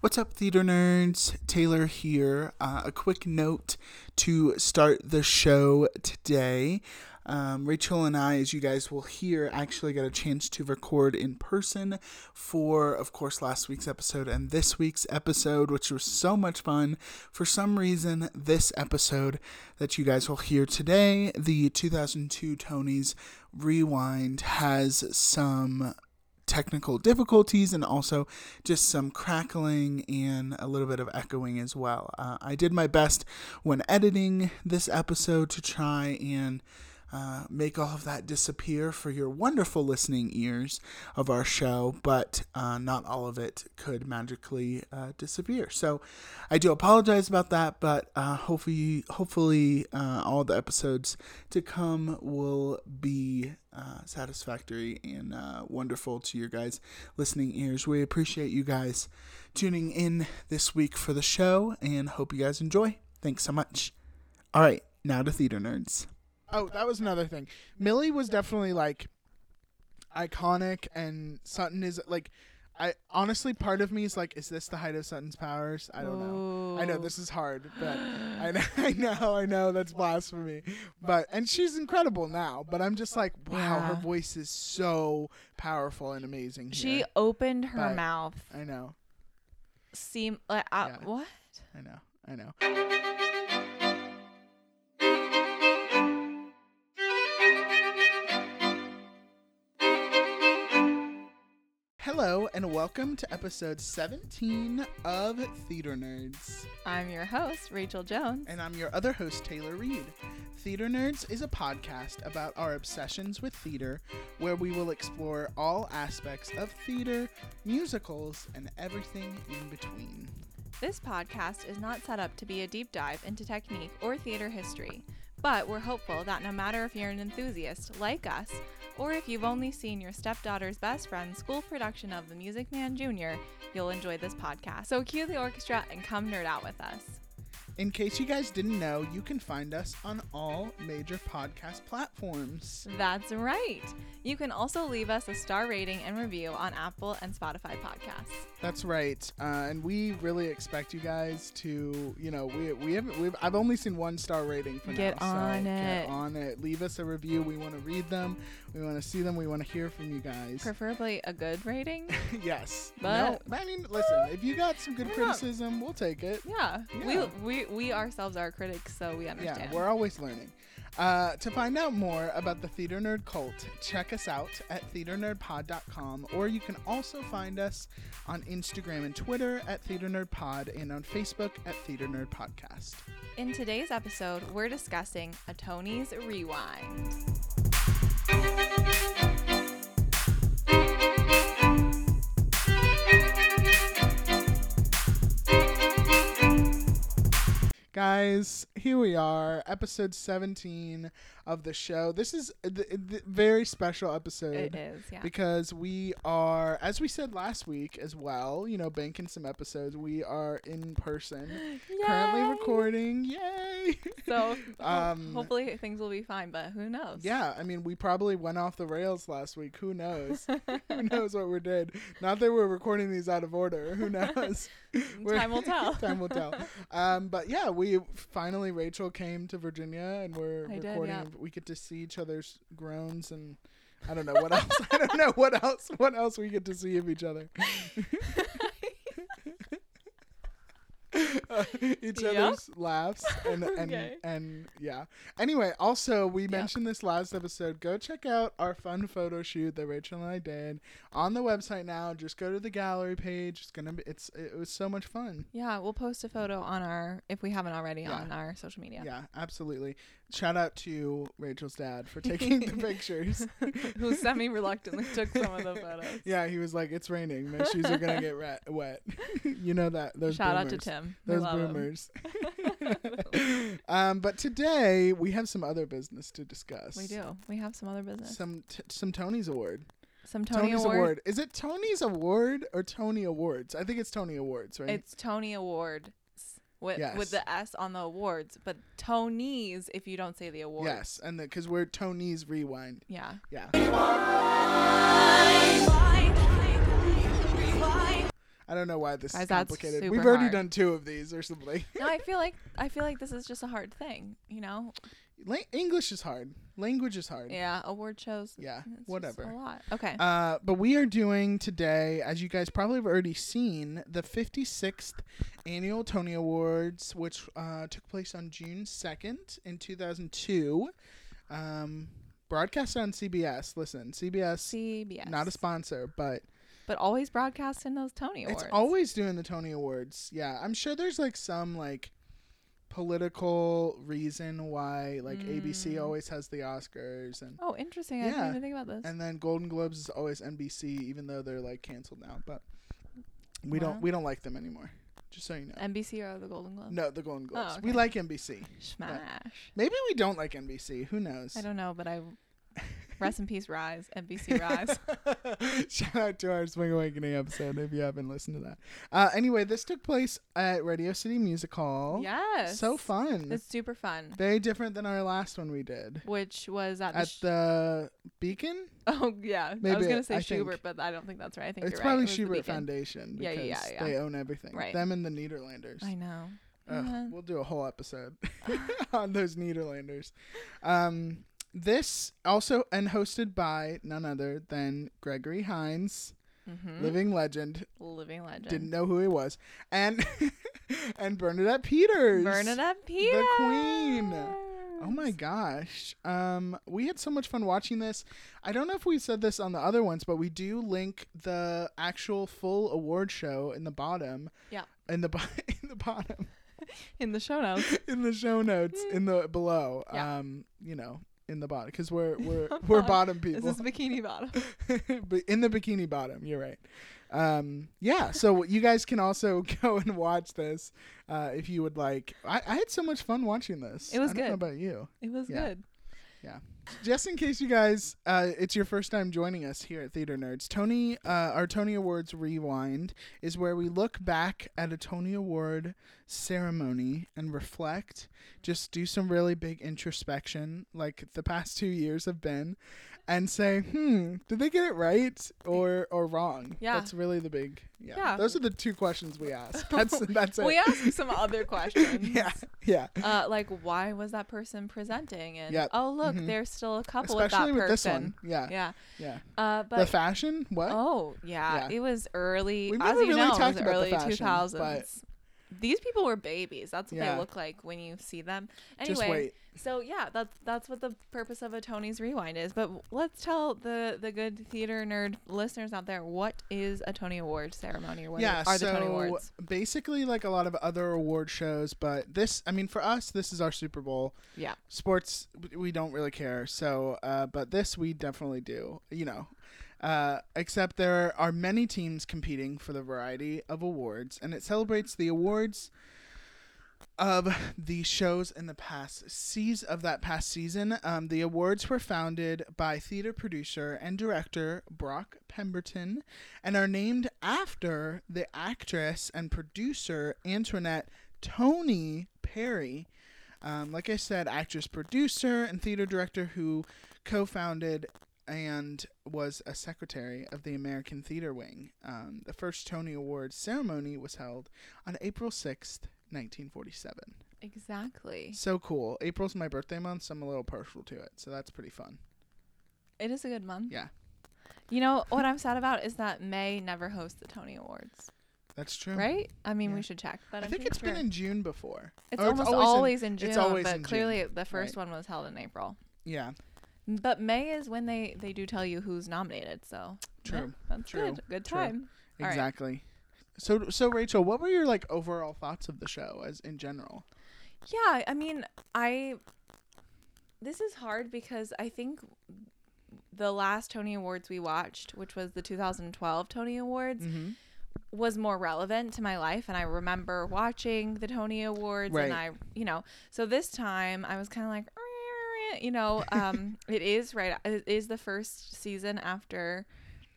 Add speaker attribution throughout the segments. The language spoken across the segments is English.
Speaker 1: What's up, theater nerds? Taylor here. Uh, a quick note to start the show today. Um, Rachel and I, as you guys will hear, actually got a chance to record in person for, of course, last week's episode and this week's episode, which was so much fun. For some reason, this episode that you guys will hear today, the 2002 Tonys Rewind, has some technical difficulties and also just some crackling and a little bit of echoing as well. Uh, I did my best when editing this episode to try and uh, make all of that disappear for your wonderful listening ears of our show, but uh, not all of it could magically uh, disappear. So I do apologize about that, but uh, hopefully, hopefully uh, all the episodes to come will be uh, satisfactory and uh, wonderful to your guys' listening ears. We appreciate you guys tuning in this week for the show and hope you guys enjoy. Thanks so much. All right, now to Theater Nerds.
Speaker 2: Oh, that was another thing. Millie was definitely like iconic, and Sutton is like, I honestly, part of me is like, is this the height of Sutton's powers? I don't know. I know this is hard, but I know, I know, I know that's blasphemy. But and she's incredible now. But I'm just like, wow, her
Speaker 3: Yeah.
Speaker 2: voice is so powerful and amazing.
Speaker 3: She
Speaker 2: here.
Speaker 3: opened her
Speaker 2: But-
Speaker 3: mouth.
Speaker 2: I know,
Speaker 3: Seem like uh,
Speaker 2: Yeah.
Speaker 3: what?
Speaker 2: I know, I know. Hello and welcome to episode 17 of Theater Nerds.
Speaker 3: I'm your host, Rachel Jones.
Speaker 2: And I'm your other host, Taylor Reed. Theater Nerds is a podcast about our obsessions with theater, where we will explore all aspects of theater, musicals, and everything in between.
Speaker 3: This podcast is not set up to be a deep dive into technique or theater history, but we're hopeful that no matter if you're an enthusiast like us, or if you've only seen your stepdaughter's best friend's school production of The Music Man Jr., you'll enjoy this podcast. So cue the orchestra and come nerd out with us.
Speaker 2: In case you guys didn't know, you can find us on all major podcast platforms.
Speaker 3: That's right. You can also leave us a star rating and review on Apple and Spotify podcasts.
Speaker 2: That's right, uh, and we really expect you guys to, you know, we we haven't, we've, I've only seen one star rating for
Speaker 3: Get
Speaker 2: now.
Speaker 3: on
Speaker 2: so
Speaker 3: it.
Speaker 2: Get on it. Leave us a review. We want to read them. We want to see them. We want to hear from you guys.
Speaker 3: Preferably a good rating.
Speaker 2: yes.
Speaker 3: But-
Speaker 2: no, I mean, listen, if you got some good
Speaker 3: Why not?
Speaker 2: criticism, we'll take it.
Speaker 3: Yeah.
Speaker 2: Yeah.
Speaker 3: We, we we ourselves are critics, so we understand.
Speaker 2: Yeah, we're always learning. Uh, to find out more about the Theater Nerd cult, check us out at theaternerdpod.com, or you can also find us on Instagram and Twitter at Theater Nerd Pod and on Facebook at Theater Nerd Podcast.
Speaker 3: In today's episode, we're discussing a Tony's Rewind.
Speaker 2: Guys, here we are, episode 17 of the show. This is a, th- th- very special episode.
Speaker 3: It is, yeah.
Speaker 2: because we are as we said last week as well you know banking some episodes we are in person currently
Speaker 3: Yay!
Speaker 2: recording yay
Speaker 3: So ho-
Speaker 2: Um,
Speaker 3: hopefully things will be fine, but who knows?
Speaker 2: yeah i mean we probably went off the rails last week who knows who knows what we did not that we're recording these out of order who knows We're-
Speaker 3: Time will tell.
Speaker 2: time will tell um but yeah we finally rachel came to virginia and we're
Speaker 3: I did,
Speaker 2: recording
Speaker 3: yeah.
Speaker 2: and we get to see each other's groans and i don't know what else i don't know what else what else we get to see of each other uh, each
Speaker 3: Yep.
Speaker 2: other's laughs and and
Speaker 3: Okay.
Speaker 2: and yeah. Anyway, also we
Speaker 3: Yeah.
Speaker 2: mentioned this last episode. Go check out our fun photo shoot that Rachel and I did on the website now. Just go to the gallery page. It's gonna be it's it was so much fun.
Speaker 3: Yeah, we'll post a photo on our if we haven't already
Speaker 2: Yeah.
Speaker 3: on our social media.
Speaker 2: Yeah, absolutely. Shout out to Rachel's dad for taking the pictures.
Speaker 3: Who semi reluctantly took some of the photos.
Speaker 2: Yeah, he was like, "It's raining. My shoes are gonna get rat- wet." you know that those
Speaker 3: Shout out to
Speaker 2: boomers.
Speaker 3: Tim. We
Speaker 2: Those
Speaker 3: love him.
Speaker 2: boomers. um, but today we have some other business to discuss.
Speaker 3: We do. We have some other business.
Speaker 2: Some t- some Tony's award.
Speaker 3: Some Tony
Speaker 2: Tony's
Speaker 3: Award.
Speaker 2: Is it Tony's award or Tony awards? I think it's Tony awards, right?
Speaker 3: It's Tony Award with
Speaker 2: Yes.
Speaker 3: with the S on the awards, but Tony's if you don't say the award.
Speaker 2: yes, and because we're Tony's rewind.
Speaker 3: Yeah.
Speaker 2: Yeah. I don't know why this
Speaker 3: Guys,
Speaker 2: is
Speaker 3: that's
Speaker 2: complicated.
Speaker 3: super
Speaker 2: We've already
Speaker 3: hard.
Speaker 2: done two of these or something.
Speaker 3: No, I feel like I feel like this is just a hard thing, you know?
Speaker 2: La- English is hard. Language is hard.
Speaker 3: Yeah, award shows.
Speaker 2: Yeah,
Speaker 3: it's just
Speaker 2: whatever.
Speaker 3: a lot. Okay.
Speaker 2: Uh, but we are doing today, as you guys probably have already seen, the 56th annual Tony Awards, which uh, took place on June 2nd in 2002. Um, broadcast on CBS. Listen, CBS,
Speaker 3: CBS.
Speaker 2: not a sponsor, but
Speaker 3: but always broadcasting those Tony Awards.
Speaker 2: it's always doing the Tony Awards. Yeah, I'm sure there's like some like political reason why like
Speaker 3: Mm.
Speaker 2: ABC always has the Oscars and
Speaker 3: Oh, interesting. I
Speaker 2: Yeah.
Speaker 3: didn't even think about this.
Speaker 2: and then Golden Globes is always NBC, even though they're like canceled now. But we
Speaker 3: Wow.
Speaker 2: don't we don't like them anymore. Just so you know.
Speaker 3: NBC or the Golden Globes.
Speaker 2: No, the Golden Globes.
Speaker 3: Oh,
Speaker 2: We
Speaker 3: okay.
Speaker 2: like NBC.
Speaker 3: Smash.
Speaker 2: Maybe we don't like NBC. Who knows?
Speaker 3: I don't know, but I rest in peace, Rise, NBC Rise.
Speaker 2: Shout out to our Swing Awakening episode if you haven't listened to that. Uh, anyway, this took place at Radio City Music Hall.
Speaker 3: yes.
Speaker 2: So fun.
Speaker 3: It's super fun.
Speaker 2: Very different than our last one we did
Speaker 3: Which was at the,
Speaker 2: at
Speaker 3: sh-
Speaker 2: the Beacon.
Speaker 3: oh yeah. I
Speaker 2: Maybe
Speaker 3: was gonna
Speaker 2: it-
Speaker 3: say
Speaker 2: I think-
Speaker 3: Schubert, but I don't think that's right. I think
Speaker 2: It's
Speaker 3: you're
Speaker 2: probably
Speaker 3: right. It was the
Speaker 2: Schubert
Speaker 3: Beacon.
Speaker 2: Foundation
Speaker 3: Yeah,
Speaker 2: because
Speaker 3: yeah, yeah, yeah.
Speaker 2: they own everything.
Speaker 3: Right.
Speaker 2: Them and the Nederlanders.
Speaker 3: I know. Uh-huh.
Speaker 2: Ugh,
Speaker 3: Yeah.
Speaker 2: we'll do a whole episode on those Nederlanders. Um, this also and hosted by none other than Gregory Hines,
Speaker 3: Mm-hmm.
Speaker 2: living legend.
Speaker 3: Living legend.
Speaker 2: Didn't know who he was, and and Bernadette Peters.
Speaker 3: Bernadette Peters.
Speaker 2: queen. Oh my gosh. Um, we had so much fun watching this. I don't know if we said this on the other ones, but we do link the actual full award show in the bottom.
Speaker 3: Yeah.
Speaker 2: In the bo- in the bottom
Speaker 3: In the show notes.
Speaker 2: in the show notes in the below.
Speaker 3: Mm. Yeah.
Speaker 2: Um, you know, in the bottom because we're we're we're bottom
Speaker 3: This
Speaker 2: people.
Speaker 3: is Bikini Bottom.
Speaker 2: but in the bikini bottom, you're right. Um, yeah. So you guys can also go and watch this uh, if you would like. I, I had so much fun watching this.
Speaker 3: It was
Speaker 2: I don't know
Speaker 3: good.
Speaker 2: about you.
Speaker 3: It was
Speaker 2: Yeah.
Speaker 3: good.
Speaker 2: just in case you guys uh, it's your first time joining us here at theater nerds tony uh, our tony awards rewind is where we look back at a tony award ceremony and reflect just do some really big introspection like the past two years have been and say hmm did they get it right or or wrong
Speaker 3: Yeah.
Speaker 2: that's really the big yeah,
Speaker 3: Yeah.
Speaker 2: those are the two questions we ask that's that's it
Speaker 3: We asked some other questions.
Speaker 2: yeah yeah
Speaker 3: Uh, like why was that person presenting? And
Speaker 2: Yep.
Speaker 3: oh look,
Speaker 2: Mhm.
Speaker 3: there's still a couple
Speaker 2: especially
Speaker 3: with that
Speaker 2: with this
Speaker 3: person.
Speaker 2: one yeah
Speaker 3: Yeah.
Speaker 2: yeah
Speaker 3: Uh,
Speaker 2: the
Speaker 3: but
Speaker 2: fashion what
Speaker 3: oh yeah,
Speaker 2: Yeah.
Speaker 3: it was early.
Speaker 2: We've
Speaker 3: as
Speaker 2: never
Speaker 3: you
Speaker 2: really
Speaker 3: know, it
Speaker 2: talked
Speaker 3: was
Speaker 2: about the
Speaker 3: early
Speaker 2: fashion,
Speaker 3: two thousands. These people were babies. That's what
Speaker 2: Yeah.
Speaker 3: they look like when you see them. Anyway,
Speaker 2: Just wait.
Speaker 3: so yeah, that's that's what the purpose of a Tony's Rewind is. But let's tell the the good theater nerd listeners out there what is a Tony Award ceremony or what
Speaker 2: yeah,
Speaker 3: are
Speaker 2: so
Speaker 3: the Tony Awards?
Speaker 2: basically like a lot of other award shows, but this, I mean, for us, this is our Super Bowl.
Speaker 3: Yeah.
Speaker 2: Sports, w- we don't really care. So, uh, but this we definitely do, you know. Uh, except there are many teams competing for the variety of awards, and it celebrates the awards of the shows in the past season of that past season. Um, the awards were founded by theater producer and director Brock Pemberton, and are named after the actress and producer Antoinette Tony Perry. Um, like I said, actress, producer, and theater director who co-founded and was a secretary of the American Theater Wing. Um, the first Tony Awards ceremony was held on April sixth, nineteen forty-seven.
Speaker 3: Exactly.
Speaker 2: So cool. April's my birthday month, so I'm a little partial to it. So that's pretty fun.
Speaker 3: It is a good month.
Speaker 2: Yeah.
Speaker 3: You know what I'm sad about is that May never hosts the Tony Awards,
Speaker 2: That's true.
Speaker 3: right? I mean,
Speaker 2: Mm. Yeah.
Speaker 3: we should check, but
Speaker 2: I
Speaker 3: I'm
Speaker 2: think
Speaker 3: pretty
Speaker 2: it's been
Speaker 3: sure.
Speaker 2: in June before.
Speaker 3: It's
Speaker 2: or it's
Speaker 3: almost
Speaker 2: always in-
Speaker 3: always in, June,
Speaker 2: it's always
Speaker 3: but
Speaker 2: in June,
Speaker 3: clearly the first one was held in April.
Speaker 2: Yeah.
Speaker 3: But May is when they they do tell you who's nominated, so yeah,
Speaker 2: True.
Speaker 3: that's
Speaker 2: True.
Speaker 3: good. Good
Speaker 2: True.
Speaker 3: time. All right.
Speaker 2: Exactly. So so Rachel, what were your like overall thoughts of the show as in general?
Speaker 3: Yeah, I mean, I this is hard because I think the last Tony Awards we watched, which was the 2012 Tony Awards,
Speaker 2: Mm-hmm.
Speaker 3: was more relevant to my life and I remember watching the Tony Awards
Speaker 2: Right.
Speaker 3: and I you know so this time I was kind of like you know um it is right it is the first season after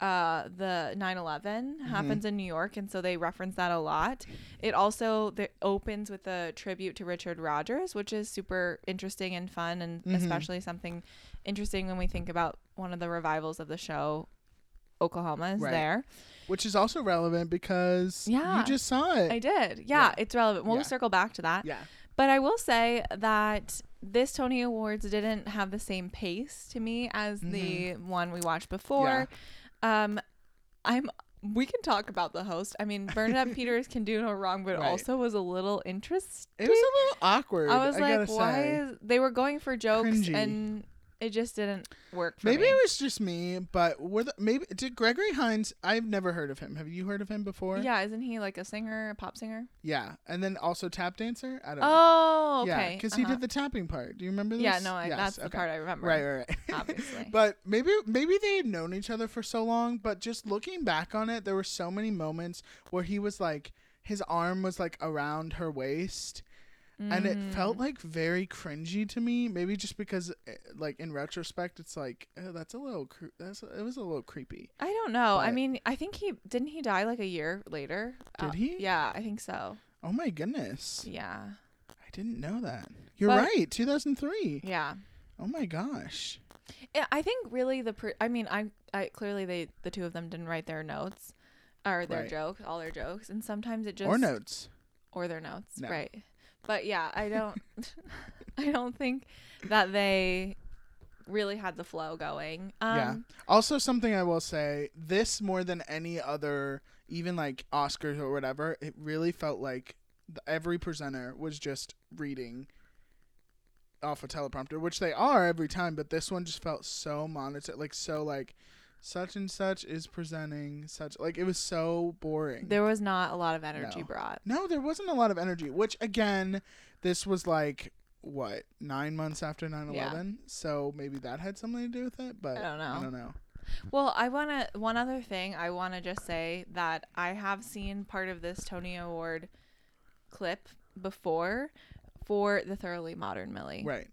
Speaker 3: uh the 9/11
Speaker 2: Mm-hmm.
Speaker 3: happens in New York and so they reference that a lot it also the, opens with a tribute to Richard Rogers which is super interesting and fun
Speaker 2: Mm-hmm.
Speaker 3: and especially something interesting when we think about one of the revivals of the show Oklahoma is
Speaker 2: Right.
Speaker 3: there.
Speaker 2: which is also relevant because
Speaker 3: Yeah.
Speaker 2: you just saw it.
Speaker 3: I did. Yeah,
Speaker 2: Yeah.
Speaker 3: it's relevant. We'll
Speaker 2: Yeah.
Speaker 3: circle back to that.
Speaker 2: yeah,
Speaker 3: But I will say that this Tony Awards didn't have the same pace to me as the
Speaker 2: Mm-hmm.
Speaker 3: one we watched before. Um, I'm. We can talk about the host. I mean, Bernadette Peters can do no wrong, but
Speaker 2: Right.
Speaker 3: also was a little interesting.
Speaker 2: it was a little awkward.
Speaker 3: I was like,
Speaker 2: gotta
Speaker 3: why
Speaker 2: say.
Speaker 3: is they were going for jokes
Speaker 2: Cringy.
Speaker 3: and it just didn't work for
Speaker 2: Maybe
Speaker 3: me.
Speaker 2: it was just me, but were the, maybe did Gregory Hines? I've never heard of him. Have you heard of him before?
Speaker 3: yeah, isn't he like a singer, a pop singer?
Speaker 2: Yeah, and then also tap dancer. I don't. know.
Speaker 3: Oh, okay.
Speaker 2: Yeah, because
Speaker 3: uh-huh.
Speaker 2: he did the tapping part. Do you remember this?
Speaker 3: Yeah, no, I,
Speaker 2: Yes,
Speaker 3: that's the
Speaker 2: okay.
Speaker 3: part I remember.
Speaker 2: Right, right, right.
Speaker 3: Obviously.
Speaker 2: but maybe maybe they had known each other for so long, but just looking back on it, there were so many moments where he was like his arm was like around her waist and it felt
Speaker 3: Mm.
Speaker 2: like very cringy to me maybe just because eh, like in retrospect it's like oh, that's a little cre- that's it was a little creepy
Speaker 3: I don't know. I
Speaker 2: But-
Speaker 3: mean, I think he didn't he die like a year later. Uh,
Speaker 2: Did he?
Speaker 3: Oh, Yeah, I think so.
Speaker 2: oh my goodness
Speaker 3: Yeah,
Speaker 2: i didn't know that you're
Speaker 3: But-
Speaker 2: right 2003
Speaker 3: yeah.
Speaker 2: oh my gosh
Speaker 3: I- I think really the. Pr- I mean, I, I clearly they the two of them didn't write their notes, or their
Speaker 2: Right.
Speaker 3: jokes, all their jokes, and sometimes it just
Speaker 2: or notes
Speaker 3: or their notes,
Speaker 2: No.
Speaker 3: right? But yeah, I don't, I don't think that they really had the flow going. Um,
Speaker 2: yeah. Also, something I will say this more than any other, even like Oscars or whatever, it really felt like th- every presenter was just reading off a teleprompter, which they are every time, but this one just felt so monitored, like so like such and such is presenting such like it was so boring.
Speaker 3: There was not a lot of energy
Speaker 2: No.
Speaker 3: brought.
Speaker 2: no, there wasn't a lot of energy, which again, this was like what nine months after 9-11 so maybe that had something to do with it but
Speaker 3: I don't know.
Speaker 2: i don't know
Speaker 3: Well, I want to one other thing I want to just say that I have seen part of this Tony Award clip before for the thoroughly modern Millie.
Speaker 2: right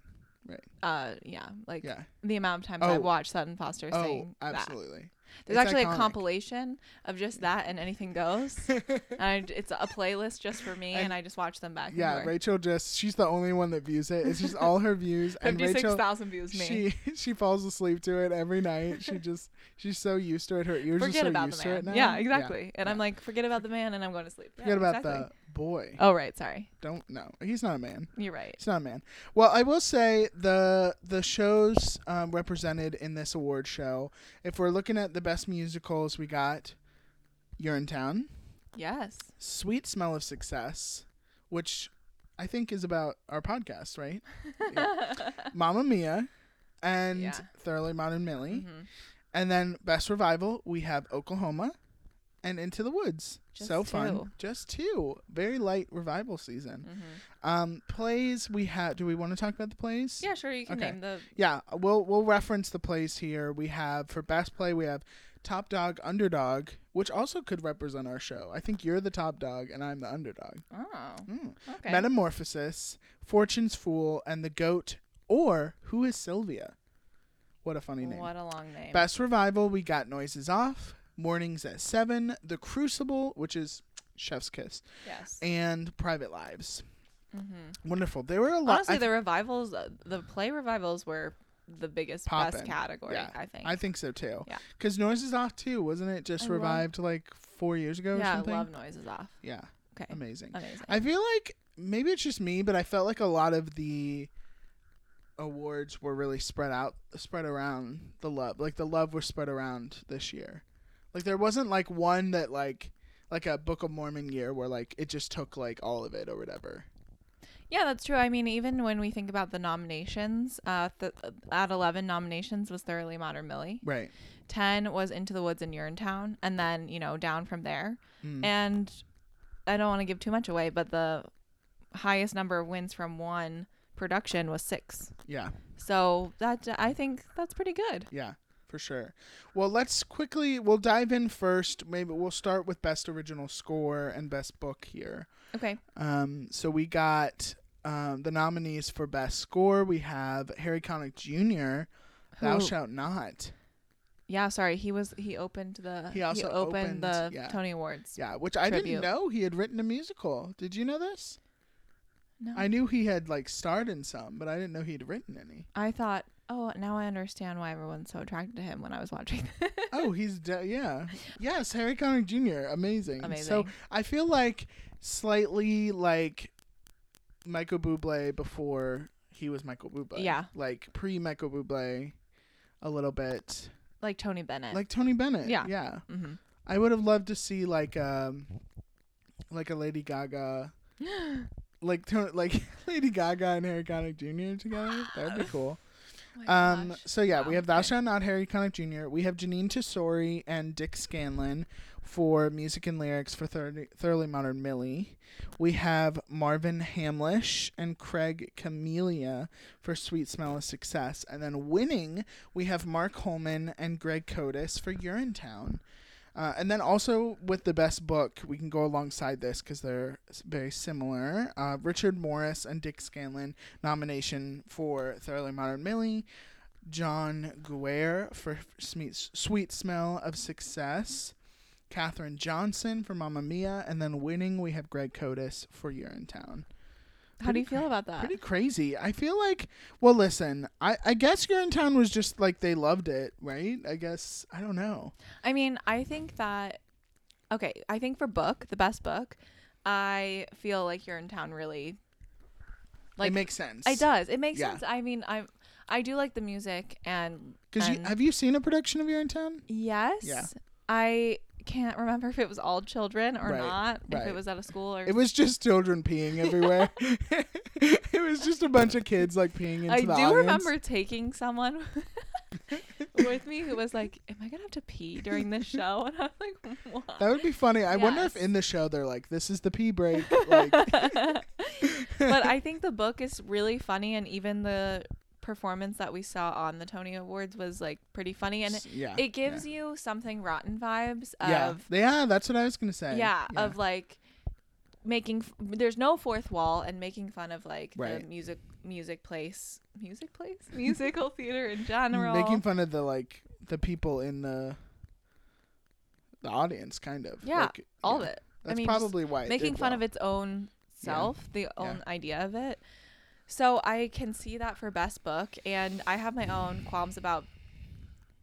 Speaker 3: Uh yeah, like
Speaker 2: Yeah.
Speaker 3: the amount of times
Speaker 2: Oh.
Speaker 3: I've watched Sutton Foster sing
Speaker 2: Oh,
Speaker 3: that.
Speaker 2: absolutely. It's
Speaker 3: There's actually a
Speaker 2: iconic.
Speaker 3: compilation of just that and anything goes. and I- it's a playlist just for me and, I just watch them back.
Speaker 2: Yeah,
Speaker 3: and forth.
Speaker 2: Rachel just she's the only one that views it. It's just all her views and Rachel
Speaker 3: 56,000 views me.
Speaker 2: she she falls asleep to it every night. She just she's so used to it. Her ears
Speaker 3: Forget
Speaker 2: are so
Speaker 3: about
Speaker 2: used
Speaker 3: the
Speaker 2: to it
Speaker 3: man.
Speaker 2: now.
Speaker 3: Yeah, exactly. And
Speaker 2: yeah.
Speaker 3: I'm like, forget about the man, and I'm going to sleep.
Speaker 2: Forget about
Speaker 3: exactly.
Speaker 2: the boy.
Speaker 3: Oh, right. Sorry.
Speaker 2: Don't no. He's not a man.
Speaker 3: You're right.
Speaker 2: He's not a man. Well, I will say the the shows um, represented in this award show. If we're looking at the best musicals, we got You're in Town.
Speaker 3: Yes.
Speaker 2: Sweet Smell of Success, which I think is about our podcast, right? Yeah. Mamma Mia and
Speaker 3: Yeah.
Speaker 2: Thoroughly Modern Millie.
Speaker 3: Mhm.
Speaker 2: And then Best Revival, we have Oklahoma and Into the Woods.
Speaker 3: Just
Speaker 2: so fun.
Speaker 3: two.
Speaker 2: Just two. Very light revival season.
Speaker 3: Mhm.
Speaker 2: Um plays we have do we want to talk about the plays?
Speaker 3: Yeah, sure. You can
Speaker 2: Okay.
Speaker 3: name the.
Speaker 2: Yeah, we'll we'll reference the plays here. We have for best play we have Top Dog Underdog, which also could represent our show. I think you're the top dog and I'm the underdog.
Speaker 3: Oh,
Speaker 2: Mm.
Speaker 3: okay.
Speaker 2: Metamorphosis, Fortune's Fool, and The Goat, or Who is Sylvia? What a funny name.
Speaker 3: what a long name.
Speaker 2: Best Revival, we got Noises Off, Mornings at 7, The Crucible, which is Chef's Kiss,
Speaker 3: yes.
Speaker 2: and Private Lives.
Speaker 3: Mhm.
Speaker 2: Wonderful. There were a lot.
Speaker 3: Honestly,
Speaker 2: I,
Speaker 3: the revivals, uh, the play revivals were the biggest best
Speaker 2: Poppin'.
Speaker 3: category.
Speaker 2: Yeah.
Speaker 3: I think.
Speaker 2: I think so too.
Speaker 3: Yeah.
Speaker 2: Because Noises Off too, wasn't it just
Speaker 3: I love-
Speaker 2: revived like four years ago or
Speaker 3: yeah,
Speaker 2: something?
Speaker 3: love noises off.
Speaker 2: yeah,
Speaker 3: Okay.
Speaker 2: amazing.
Speaker 3: Amazing.
Speaker 2: I feel like maybe it's just me, but I felt like a lot of the awards were really spread out, spread around the love. Like the love was spread around this year. Like there wasn't like one that like like a Book of Mormon year where like it just took like all of it or whatever.
Speaker 3: yeah, that's true. I mean, even when we think about the nominations, uh, th- at eleven nominations was thoroughly modern Millie.
Speaker 2: Right.
Speaker 3: Ten was Into the Woods and Urinetown, and then you know down from there.
Speaker 2: Mm.
Speaker 3: And I don't want to give too much away, but the highest number of wins from one production was six.
Speaker 2: Yeah.
Speaker 3: So that I think that's pretty good.
Speaker 2: Yeah. For sure. Well, let's quickly we'll dive in first. Maybe we'll start with best original score and best book here.
Speaker 3: Okay.
Speaker 2: Um, so we got um, the nominees for best score. We have Harry Connick Jr. Thou
Speaker 3: Who-
Speaker 2: shalt not.
Speaker 3: Yeah, sorry. He was he opened the
Speaker 2: He also opened-
Speaker 3: opened, the
Speaker 2: yeah.
Speaker 3: Tony Awards.
Speaker 2: Yeah, which I
Speaker 3: Tribute.
Speaker 2: didn't know he had written a musical. Did you know this?
Speaker 3: No.
Speaker 2: I
Speaker 3: I,
Speaker 2: knew he had like starred in some, but I didn't know he had written any.
Speaker 3: thought Oh, now I understand why everyone's so attracted to him when I was watching.
Speaker 2: Oh, he's de- yeah. Yes, Harry Connick Jr. Amazing. So
Speaker 3: Amazing.
Speaker 2: I feel like slightly like Michael Bublé before he was Michael Bublé.
Speaker 3: Yeah.
Speaker 2: Like pre Michael Bublé, a little bit
Speaker 3: like Tony Bennett.
Speaker 2: like Tony Bennett.
Speaker 3: Yeah.
Speaker 2: Yeah.
Speaker 3: hmm
Speaker 2: I would have loved to see like um like a Lady Gaga. Like Tony, like Lady Gaga and Harry Connick Jr. together, that would be cool. Um, so yeah, we
Speaker 3: Wow,
Speaker 2: have Thou
Speaker 3: okay.
Speaker 2: Shalt Not Harry Connick Jr. We have Janine Tesori and Dick Scanlon for music and lyrics for Thirty- Thoroughly Modern Millie. We have Marvin Hamlish and Craig Camellia for Sweet Smell of Success. And then winning, we have Mark Holman and Greg Codis for Urinetown. Uh, and then also with the best book, we can go alongside this because they're s- very similar. Uh, Richard Morris and Dick Scanlon nomination for Thoroughly Modern Millie. John Guare for Sweet, Sweet Smell of Success. Katherine Johnson for Mamma Mia. And then winning, we have Greg Codis for Urinetown.
Speaker 3: How do
Speaker 2: pretty
Speaker 3: you feel about that?
Speaker 2: Pretty crazy. I feel like, well, listen, I, I guess Urinetown was just like they loved it, right? I guess, I don't know.
Speaker 3: I mean, I think that okay, I think for book, the best book, I feel like you're in town really
Speaker 2: Like,
Speaker 3: Like,
Speaker 2: it makes sense.
Speaker 3: it does. It makes
Speaker 2: Yeah.
Speaker 3: sense. I mean, I'm I do like the music and
Speaker 2: Because you,
Speaker 3: and-
Speaker 2: have you seen a production of Urinetown?
Speaker 3: yes.
Speaker 2: Yeah.
Speaker 3: I can't remember if it was all children or
Speaker 2: Right,
Speaker 3: not, if
Speaker 2: right.
Speaker 3: it was at a school or
Speaker 2: It was just children peeing everywhere. it was just a bunch of kids like peeing into
Speaker 3: I
Speaker 2: the
Speaker 3: do
Speaker 2: audience.
Speaker 3: remember taking someone with me who was like, "Am I gonna have to pee during this show?" And I'm like, "What?"
Speaker 2: That would be funny. I wonder if
Speaker 3: Yes.
Speaker 2: in the show they're like, "This is the pee break." Like,
Speaker 3: but I think the book is really funny, and even the performance that we saw on the Tony Awards was like pretty funny, and it,
Speaker 2: yeah,
Speaker 3: it gives you something rotten vibes
Speaker 2: yeah. yeah.
Speaker 3: of
Speaker 2: yeah, that's what I was gonna say.
Speaker 3: yeah, of like making f- there's no fourth wall and making fun of like
Speaker 2: Right.
Speaker 3: the music music place music place musical theater in general
Speaker 2: Mm, making fun of the like the people in the the audience, kind of.
Speaker 3: Yeah,
Speaker 2: Like,
Speaker 3: all
Speaker 2: yeah.
Speaker 3: of it
Speaker 2: That's
Speaker 3: mean, just
Speaker 2: probably why it
Speaker 3: making
Speaker 2: did
Speaker 3: fun
Speaker 2: well.
Speaker 3: of its own self, the own idea of it. So I can see that for best book, and I have my own qualms about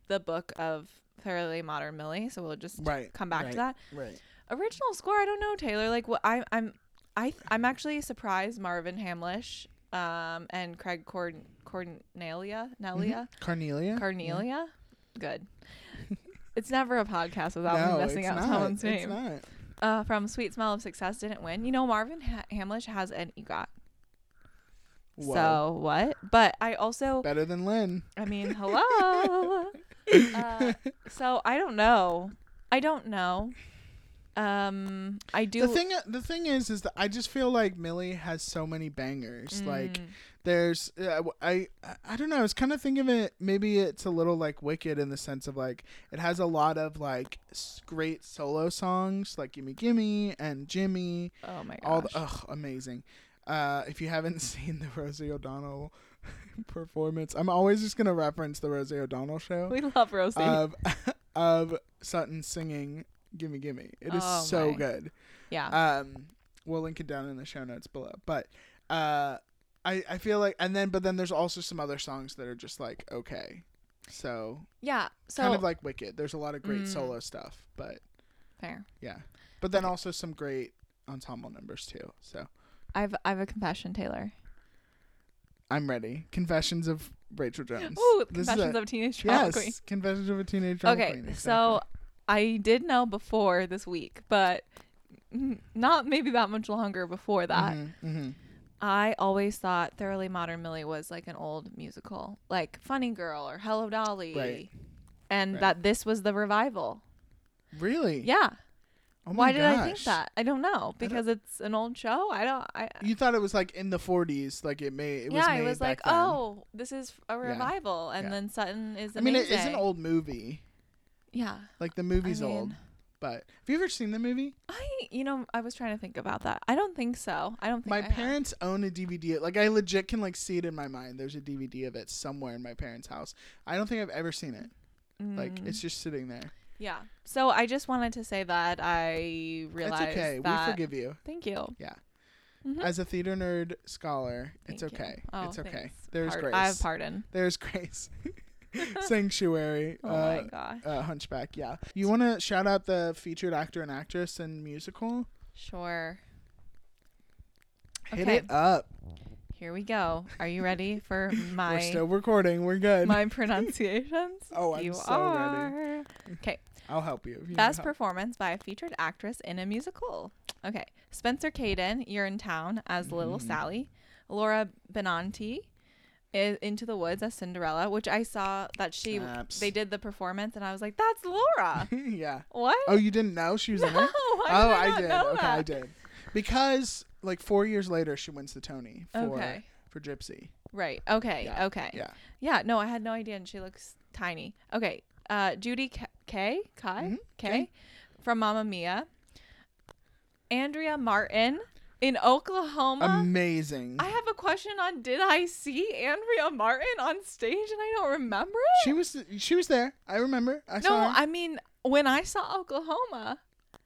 Speaker 3: the book of Thoroughly Modern Millie. So we'll just
Speaker 2: Right,
Speaker 3: come back
Speaker 2: right.
Speaker 3: to that
Speaker 2: Right.
Speaker 3: original score. I don't know, Taylor. Like, what I, I'm, I, I'm actually surprised Marvin Hamlish, um, and Craig Corn Cornelia,
Speaker 2: Mm-hmm.
Speaker 3: Nelia,
Speaker 2: Carnelia.
Speaker 3: Cornelia, good. It's never a podcast without me
Speaker 2: no,
Speaker 3: messing
Speaker 2: it's
Speaker 3: up
Speaker 2: not.
Speaker 3: someone's
Speaker 2: it's
Speaker 3: name
Speaker 2: not.
Speaker 3: uh, from Sweet Smell of Success didn't win. You know, Marvin ha- Hamlish has an EGOT.
Speaker 2: Whoa.
Speaker 3: So what? But I also,
Speaker 2: better than Lynn.
Speaker 3: I mean, hello. uh, so I don't know. I don't know. Um, I do.
Speaker 2: the thing the thing is is that I just feel like Millie has so many bangers. Like
Speaker 3: Mm.
Speaker 2: there's uh, I I don't know. I was kind of thinking of it. Maybe it's a little like Wicked in the sense of like it has a lot of like s- great solo songs like Gimme Gimme and Jimmy.
Speaker 3: oh my gosh.
Speaker 2: All the, ugh, amazing. Uh, if you haven't seen the Rosie O'Donnell performance, I'm always just gonna reference the Rosie O'Donnell show
Speaker 3: we love Rosie.
Speaker 2: of of Sutton singing "Gimme Gimme." It is
Speaker 3: Oh
Speaker 2: so
Speaker 3: my.
Speaker 2: good
Speaker 3: yeah.
Speaker 2: um we'll link it down in the show notes below but uh i i feel like and then but then there's also some other songs that are just like okay so
Speaker 3: yeah. So
Speaker 2: kind of like wicked there's a lot of great
Speaker 3: Mm.
Speaker 2: solo stuff but
Speaker 3: fair.
Speaker 2: yeah but then also some great ensemble numbers too so
Speaker 3: I've I've a confession, Taylor.
Speaker 2: i'm ready confessions of rachel jones
Speaker 3: Ooh,
Speaker 2: This is
Speaker 3: confessions
Speaker 2: a-
Speaker 3: of a teenage drama
Speaker 2: yes
Speaker 3: queen.
Speaker 2: confessions of a teenage drama
Speaker 3: okay,
Speaker 2: queen,
Speaker 3: so
Speaker 2: exactly.
Speaker 3: I did know before this week, but n- not maybe that much longer before that.
Speaker 2: Mhm, mhm.
Speaker 3: I always thought Thoroughly Modern Millie was like an old musical, like Funny Girl or Hello Dolly,
Speaker 2: Right.
Speaker 3: and
Speaker 2: Right.
Speaker 3: that this was the revival.
Speaker 2: really
Speaker 3: Yeah.
Speaker 2: oh my
Speaker 3: Why did I think
Speaker 2: gosh.
Speaker 3: that? I don't know because it's an old show. I don't. I
Speaker 2: you thought it was like in the 40s like it may it was
Speaker 3: yeah,
Speaker 2: made
Speaker 3: it was like,
Speaker 2: back then.
Speaker 3: oh, this is a revival, and
Speaker 2: Yeah.
Speaker 3: then Sutton is.
Speaker 2: I mean, it is an
Speaker 3: amazing.
Speaker 2: old movie.
Speaker 3: Yeah,
Speaker 2: Like the movie's
Speaker 3: mean-
Speaker 2: old, but have you ever seen the movie?
Speaker 3: I you know I was trying to think about that. I don't think so. I don't think
Speaker 2: My
Speaker 3: I have.
Speaker 2: parents own a DVD. Like I legit can like see it in my mind. There's a DVD of it somewhere in my parents' house. I don't think I've ever seen it. Like
Speaker 3: Mm.
Speaker 2: it's just sitting there.
Speaker 3: Yeah. So I just wanted to say that I realized
Speaker 2: it's okay.
Speaker 3: that.
Speaker 2: We forgive you.
Speaker 3: Thank you.
Speaker 2: Yeah.
Speaker 3: Mhm.
Speaker 2: as a theater nerd scholar, it's
Speaker 3: Thank you.
Speaker 2: okay.
Speaker 3: Oh,
Speaker 2: it's okay.
Speaker 3: thanks.
Speaker 2: There's
Speaker 3: Par-
Speaker 2: grace.
Speaker 3: I have pardon.
Speaker 2: There's grace. Sanctuary.
Speaker 3: Oh
Speaker 2: uh,
Speaker 3: my gosh.
Speaker 2: uh, Hunchback, yeah. You want to shout out the featured actor and actress in musical?
Speaker 3: Sure.
Speaker 2: Hit
Speaker 3: Okay.
Speaker 2: it up.
Speaker 3: Here we go. Are you ready for my
Speaker 2: We're still recording. We're good.
Speaker 3: my pronunciations?
Speaker 2: Oh, I'm
Speaker 3: you
Speaker 2: so
Speaker 3: are.
Speaker 2: ready.
Speaker 3: Okay.
Speaker 2: I'll help you. if you need
Speaker 3: Best
Speaker 2: help.
Speaker 3: performance by a featured actress in a musical. Okay. Spencer Caden, You're in Town as Little
Speaker 2: Mm-hmm.
Speaker 3: Sally. Laura Benanti is Into the Woods as Cinderella, which I saw that she
Speaker 2: Snaps.
Speaker 3: they did the performance and I was like, That's Laura.
Speaker 2: yeah.
Speaker 3: what?
Speaker 2: Oh, you didn't know she was in
Speaker 3: No,
Speaker 2: it?
Speaker 3: why
Speaker 2: oh,
Speaker 3: did I
Speaker 2: I,
Speaker 3: not
Speaker 2: did.
Speaker 3: know
Speaker 2: okay, I
Speaker 3: that?
Speaker 2: did. Because like four years later, she wins the Tony for
Speaker 3: Okay.
Speaker 2: for Gypsy.
Speaker 3: Right. Okay.
Speaker 2: Yeah,
Speaker 3: Okay.
Speaker 2: Yeah.
Speaker 3: Yeah, no, I had no idea, and she looks tiny. Okay, uh, Judy K, Kay, Kai,
Speaker 2: Mm-hmm.
Speaker 3: Kay, from Mamma Mia. Andrea Martin in Oklahoma.
Speaker 2: Um, Amazing.
Speaker 3: I have a question on Did I see Andrea Martin on stage and I don't remember it?
Speaker 2: she was she was uh, there. I remember. I
Speaker 3: no,
Speaker 2: saw her.
Speaker 3: I mean when I saw Oklahoma,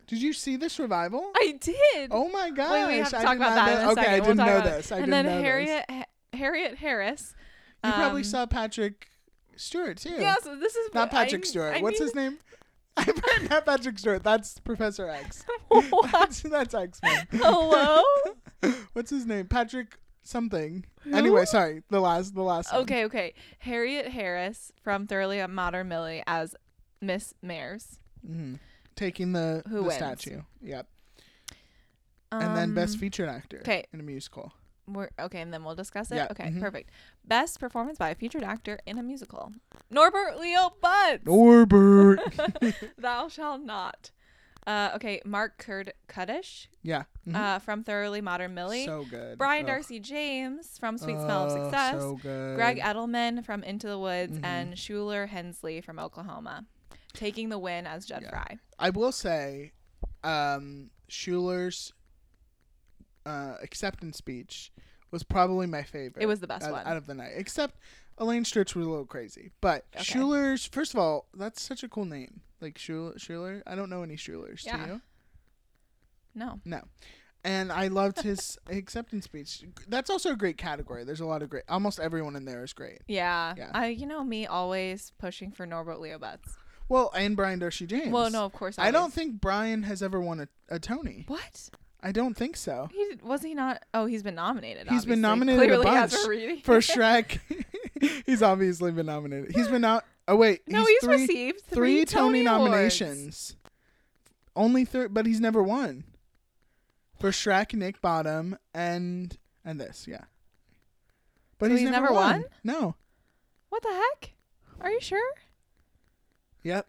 Speaker 2: Did you see this revival?
Speaker 3: I did.
Speaker 2: oh my gosh.
Speaker 3: Wait, we have to
Speaker 2: I
Speaker 3: talk
Speaker 2: did
Speaker 3: about
Speaker 2: not
Speaker 3: that in
Speaker 2: know-
Speaker 3: a
Speaker 2: okay,
Speaker 3: second.
Speaker 2: I
Speaker 3: We'll
Speaker 2: didn't
Speaker 3: talk
Speaker 2: know
Speaker 3: about it.
Speaker 2: this. I
Speaker 3: and
Speaker 2: didn't
Speaker 3: then
Speaker 2: know this.
Speaker 3: Harriet Ha- Harriet Harris.
Speaker 2: You probably
Speaker 3: um,
Speaker 2: saw Patrick Stewart too.
Speaker 3: Yeah, so this is
Speaker 2: Not
Speaker 3: what I-
Speaker 2: Patrick Stewart.
Speaker 3: I
Speaker 2: What's
Speaker 3: need-
Speaker 2: his name? I heard not Patrick Stewart. That's Professor X.
Speaker 3: What? Oh.
Speaker 2: That's, that's X Men.
Speaker 3: Hello?
Speaker 2: What's his name? Patrick something.
Speaker 3: Who?
Speaker 2: Anyway, sorry. The last. The last. one.
Speaker 3: Okay, okay. Harriet Harris from Thoroughly Modern Millie as Miss Mayers.
Speaker 2: Mhm. Taking the,
Speaker 3: Who
Speaker 2: the
Speaker 3: wins? Um,
Speaker 2: statue. Yep. and then best featured actor.
Speaker 3: 'kay.
Speaker 2: In a musical.
Speaker 3: We're, okay, and then we'll discuss it.
Speaker 2: Yeah,
Speaker 3: Okay,
Speaker 2: mhm.
Speaker 3: perfect. Best performance by a featured actor in a musical. Norbert Leo Butz.
Speaker 2: Norbert.
Speaker 3: Thou shall not. Uh, okay, Mark Curd Cuddish
Speaker 2: yeah. Mhm.
Speaker 3: uh, from Thoroughly Modern Millie.
Speaker 2: So good.
Speaker 3: Brian
Speaker 2: Ugh.
Speaker 3: Darcy James from Sweet Smell of
Speaker 2: Oh,
Speaker 3: Success.
Speaker 2: So good.
Speaker 3: Greg Edelman from Into the Woods
Speaker 2: Mhm.
Speaker 3: and Schuler Hensley from Oklahoma, taking the win as Judd
Speaker 2: Yeah.
Speaker 3: Fry.
Speaker 2: I will say, um, Schuler's uh, acceptance speech was probably my favorite.
Speaker 3: It was the best
Speaker 2: out,
Speaker 3: one.
Speaker 2: out of the night, except Elaine Stritch was a little crazy. But
Speaker 3: Okay.
Speaker 2: Schuler's, first of all, that's such a cool name. Like Schuler, Schuler. I don't know any Schulers.
Speaker 3: Yeah.
Speaker 2: Do you?
Speaker 3: No.
Speaker 2: No. And I loved his acceptance speech. That's also a great category. There's a lot of great. Almost everyone in there is great.
Speaker 3: Yeah.
Speaker 2: Yeah.
Speaker 3: I, you know me always pushing for Norbert Leo Butz.
Speaker 2: Well, and Brian Darcy James.
Speaker 3: Well, no, of course.
Speaker 2: I don't
Speaker 3: always.
Speaker 2: think Brian has ever won a, a Tony.
Speaker 3: What?
Speaker 2: I don't think so.
Speaker 3: He did- was he not? Oh, he's been nominated.
Speaker 2: He's been
Speaker 3: obviously.
Speaker 2: nominated a
Speaker 3: Clearly has
Speaker 2: bunch
Speaker 3: reading.
Speaker 2: for Shrek. he's obviously been nominated. He's been out. Oh wait,
Speaker 3: no, he's,
Speaker 2: three,
Speaker 3: received
Speaker 2: three Tony,
Speaker 3: Awards.
Speaker 2: nominations. Only three, but he's never won. For Shrek, Nick Bottom, and and this, yeah. But
Speaker 3: So
Speaker 2: he's,
Speaker 3: he's
Speaker 2: never,
Speaker 3: never
Speaker 2: won.
Speaker 3: won?
Speaker 2: No.
Speaker 3: What the heck? Are you sure?
Speaker 2: Yep.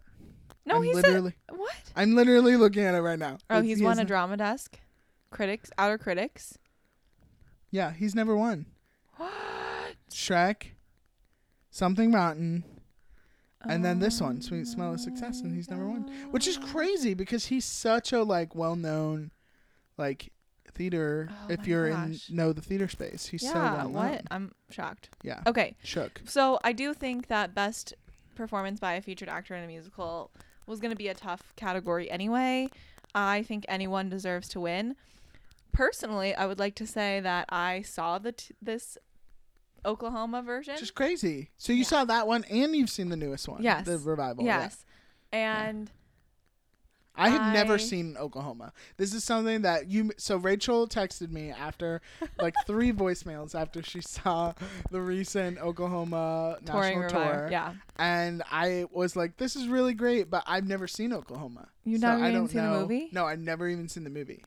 Speaker 3: No,
Speaker 2: I'm
Speaker 3: he's a-
Speaker 2: literally.
Speaker 3: what?
Speaker 2: i I'm literally looking at it right now.
Speaker 3: Oh,
Speaker 2: It's-
Speaker 3: he's
Speaker 2: he
Speaker 3: won a
Speaker 2: hasn't-
Speaker 3: drama desk, critics, outer critics.
Speaker 2: Yeah, he's never won.
Speaker 3: What?
Speaker 2: Shrek, something rotten, and then this
Speaker 3: Um,
Speaker 2: one, Sweet Smell of Success, and he's never won, which is crazy because he's such a like well-known, like theater.
Speaker 3: Oh my
Speaker 2: if you're
Speaker 3: gosh.
Speaker 2: in know the theater space, he's so
Speaker 3: yeah.
Speaker 2: well-known.
Speaker 3: what? I'm shocked.
Speaker 2: Yeah,
Speaker 3: Okay.
Speaker 2: shook.
Speaker 3: So I do think that best performance by a featured actor in a musical was going to be a tough category anyway. I think anyone deserves to win. Personally, I would like to say that I saw the t- this Oklahoma version.
Speaker 2: Just crazy. So you
Speaker 3: Yeah.
Speaker 2: saw that one, and you've seen the newest one,
Speaker 3: Yes.
Speaker 2: the revival. yeah.
Speaker 3: yes. And
Speaker 2: I had
Speaker 3: I-
Speaker 2: never seen Oklahoma. This is something that you. So Rachel texted me after, like three voicemails after she saw the recent Oklahoma
Speaker 3: touring
Speaker 2: national
Speaker 3: revival.
Speaker 2: tour.
Speaker 3: Yeah.
Speaker 2: and I was like, "This is really great," but I've never seen Oklahoma.
Speaker 3: You've
Speaker 2: so
Speaker 3: never
Speaker 2: I
Speaker 3: even
Speaker 2: don't
Speaker 3: seen the
Speaker 2: know.
Speaker 3: movie?
Speaker 2: No, I've never even seen the movie.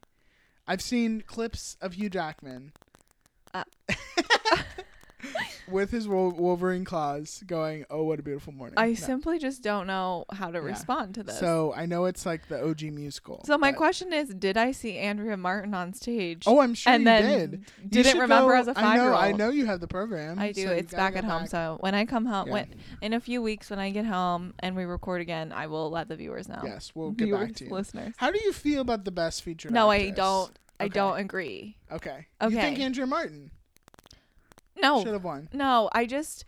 Speaker 2: I've seen clips of Hugh Jackman
Speaker 3: Uh.
Speaker 2: with his Wol- Wolverine claws, going, "Oh, what a beautiful morning."
Speaker 3: I
Speaker 2: No.
Speaker 3: simply just don't know how to
Speaker 2: Yeah.
Speaker 3: respond to this.
Speaker 2: So I know it's like the OG musical.
Speaker 3: So my
Speaker 2: but-
Speaker 3: question is, did I see Andrea Martin on stage?
Speaker 2: Oh, I'm sure
Speaker 3: and
Speaker 2: you
Speaker 3: then
Speaker 2: did. You
Speaker 3: didn't
Speaker 2: should
Speaker 3: remember
Speaker 2: go-
Speaker 3: as a
Speaker 2: I know. I
Speaker 3: five-year-old.
Speaker 2: know you have the program.
Speaker 3: I do.
Speaker 2: so you
Speaker 3: it's
Speaker 2: gotta
Speaker 3: back
Speaker 2: go
Speaker 3: at home. So when I come home,
Speaker 2: Yeah.
Speaker 3: when in a few weeks when I get home and we record again, I will let the viewers know.
Speaker 2: Yes, we'll get
Speaker 3: viewers,
Speaker 2: back to you.
Speaker 3: listeners.
Speaker 2: How do you feel about the best feature?
Speaker 3: No, I don't. I
Speaker 2: Okay.
Speaker 3: don't agree.
Speaker 2: Okay.
Speaker 3: Okay.
Speaker 2: You think Andrew Martin
Speaker 3: No,
Speaker 2: should have won?
Speaker 3: no. I just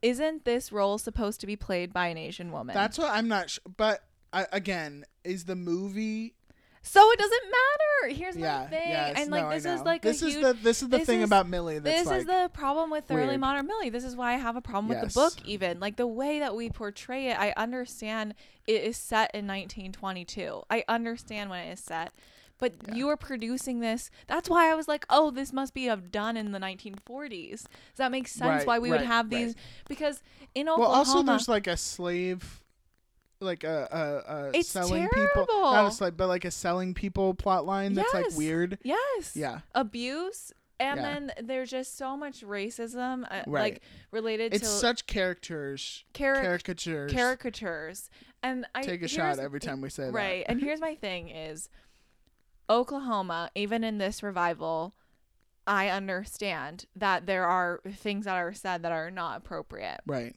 Speaker 3: isn't this role supposed to be played by an Asian woman?
Speaker 2: That's what I'm not sure. But I, again, is the movie
Speaker 3: So it doesn't matter. Here's my
Speaker 2: Yeah,
Speaker 3: thing.
Speaker 2: yeah,
Speaker 3: and like
Speaker 2: no, I
Speaker 3: this is
Speaker 2: know.
Speaker 3: like
Speaker 2: this
Speaker 3: a
Speaker 2: is
Speaker 3: huge
Speaker 2: the this is the
Speaker 3: this
Speaker 2: thing
Speaker 3: is-
Speaker 2: about Millie. That's
Speaker 3: this
Speaker 2: like,
Speaker 3: is the problem with the early
Speaker 2: weird.
Speaker 3: modern Millie. This is why I have a problem with the
Speaker 2: Yes.
Speaker 3: book, even. Like the way that we portray it, I understand it is set in 1922. I understand when it is set. But you are producing this. That's why I was like, oh, this must be have done in the 1940s. Does that make sense?
Speaker 2: Right,
Speaker 3: why we would
Speaker 2: right,
Speaker 3: have
Speaker 2: right.
Speaker 3: these? Because in
Speaker 2: well,
Speaker 3: Oklahoma,
Speaker 2: also there's like a slave, like a a, a
Speaker 3: It's
Speaker 2: selling people, not
Speaker 3: terrible.
Speaker 2: a slave, but like a selling people plot line that's
Speaker 3: Yes.
Speaker 2: like weird.
Speaker 3: yes,
Speaker 2: Yeah,
Speaker 3: abuse, and
Speaker 2: Yeah.
Speaker 3: then there's just so much racism, uh,
Speaker 2: Right.
Speaker 3: like related
Speaker 2: it's
Speaker 3: to
Speaker 2: such characters,
Speaker 3: caric-
Speaker 2: caricatures.
Speaker 3: caricatures. And I
Speaker 2: Take a
Speaker 3: here's-
Speaker 2: shot every time we say
Speaker 3: Right. And here's my thing is Oklahoma, even in this revival, I understand that there are things that are said that are not appropriate.
Speaker 2: that. Right,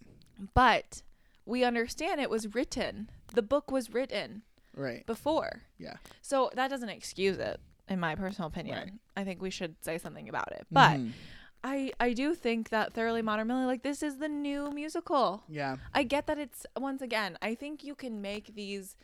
Speaker 3: But we understand it was written. The book was written
Speaker 2: right,
Speaker 3: before.
Speaker 2: yeah,
Speaker 3: So that doesn't excuse it, in my personal opinion.
Speaker 2: Right.
Speaker 3: I think we should say something about it. But
Speaker 2: Mhm.
Speaker 3: I, I do think that Thoroughly Modern Millie, like this is the new musical.
Speaker 2: yeah,
Speaker 3: I get that it's once again, I think you can make these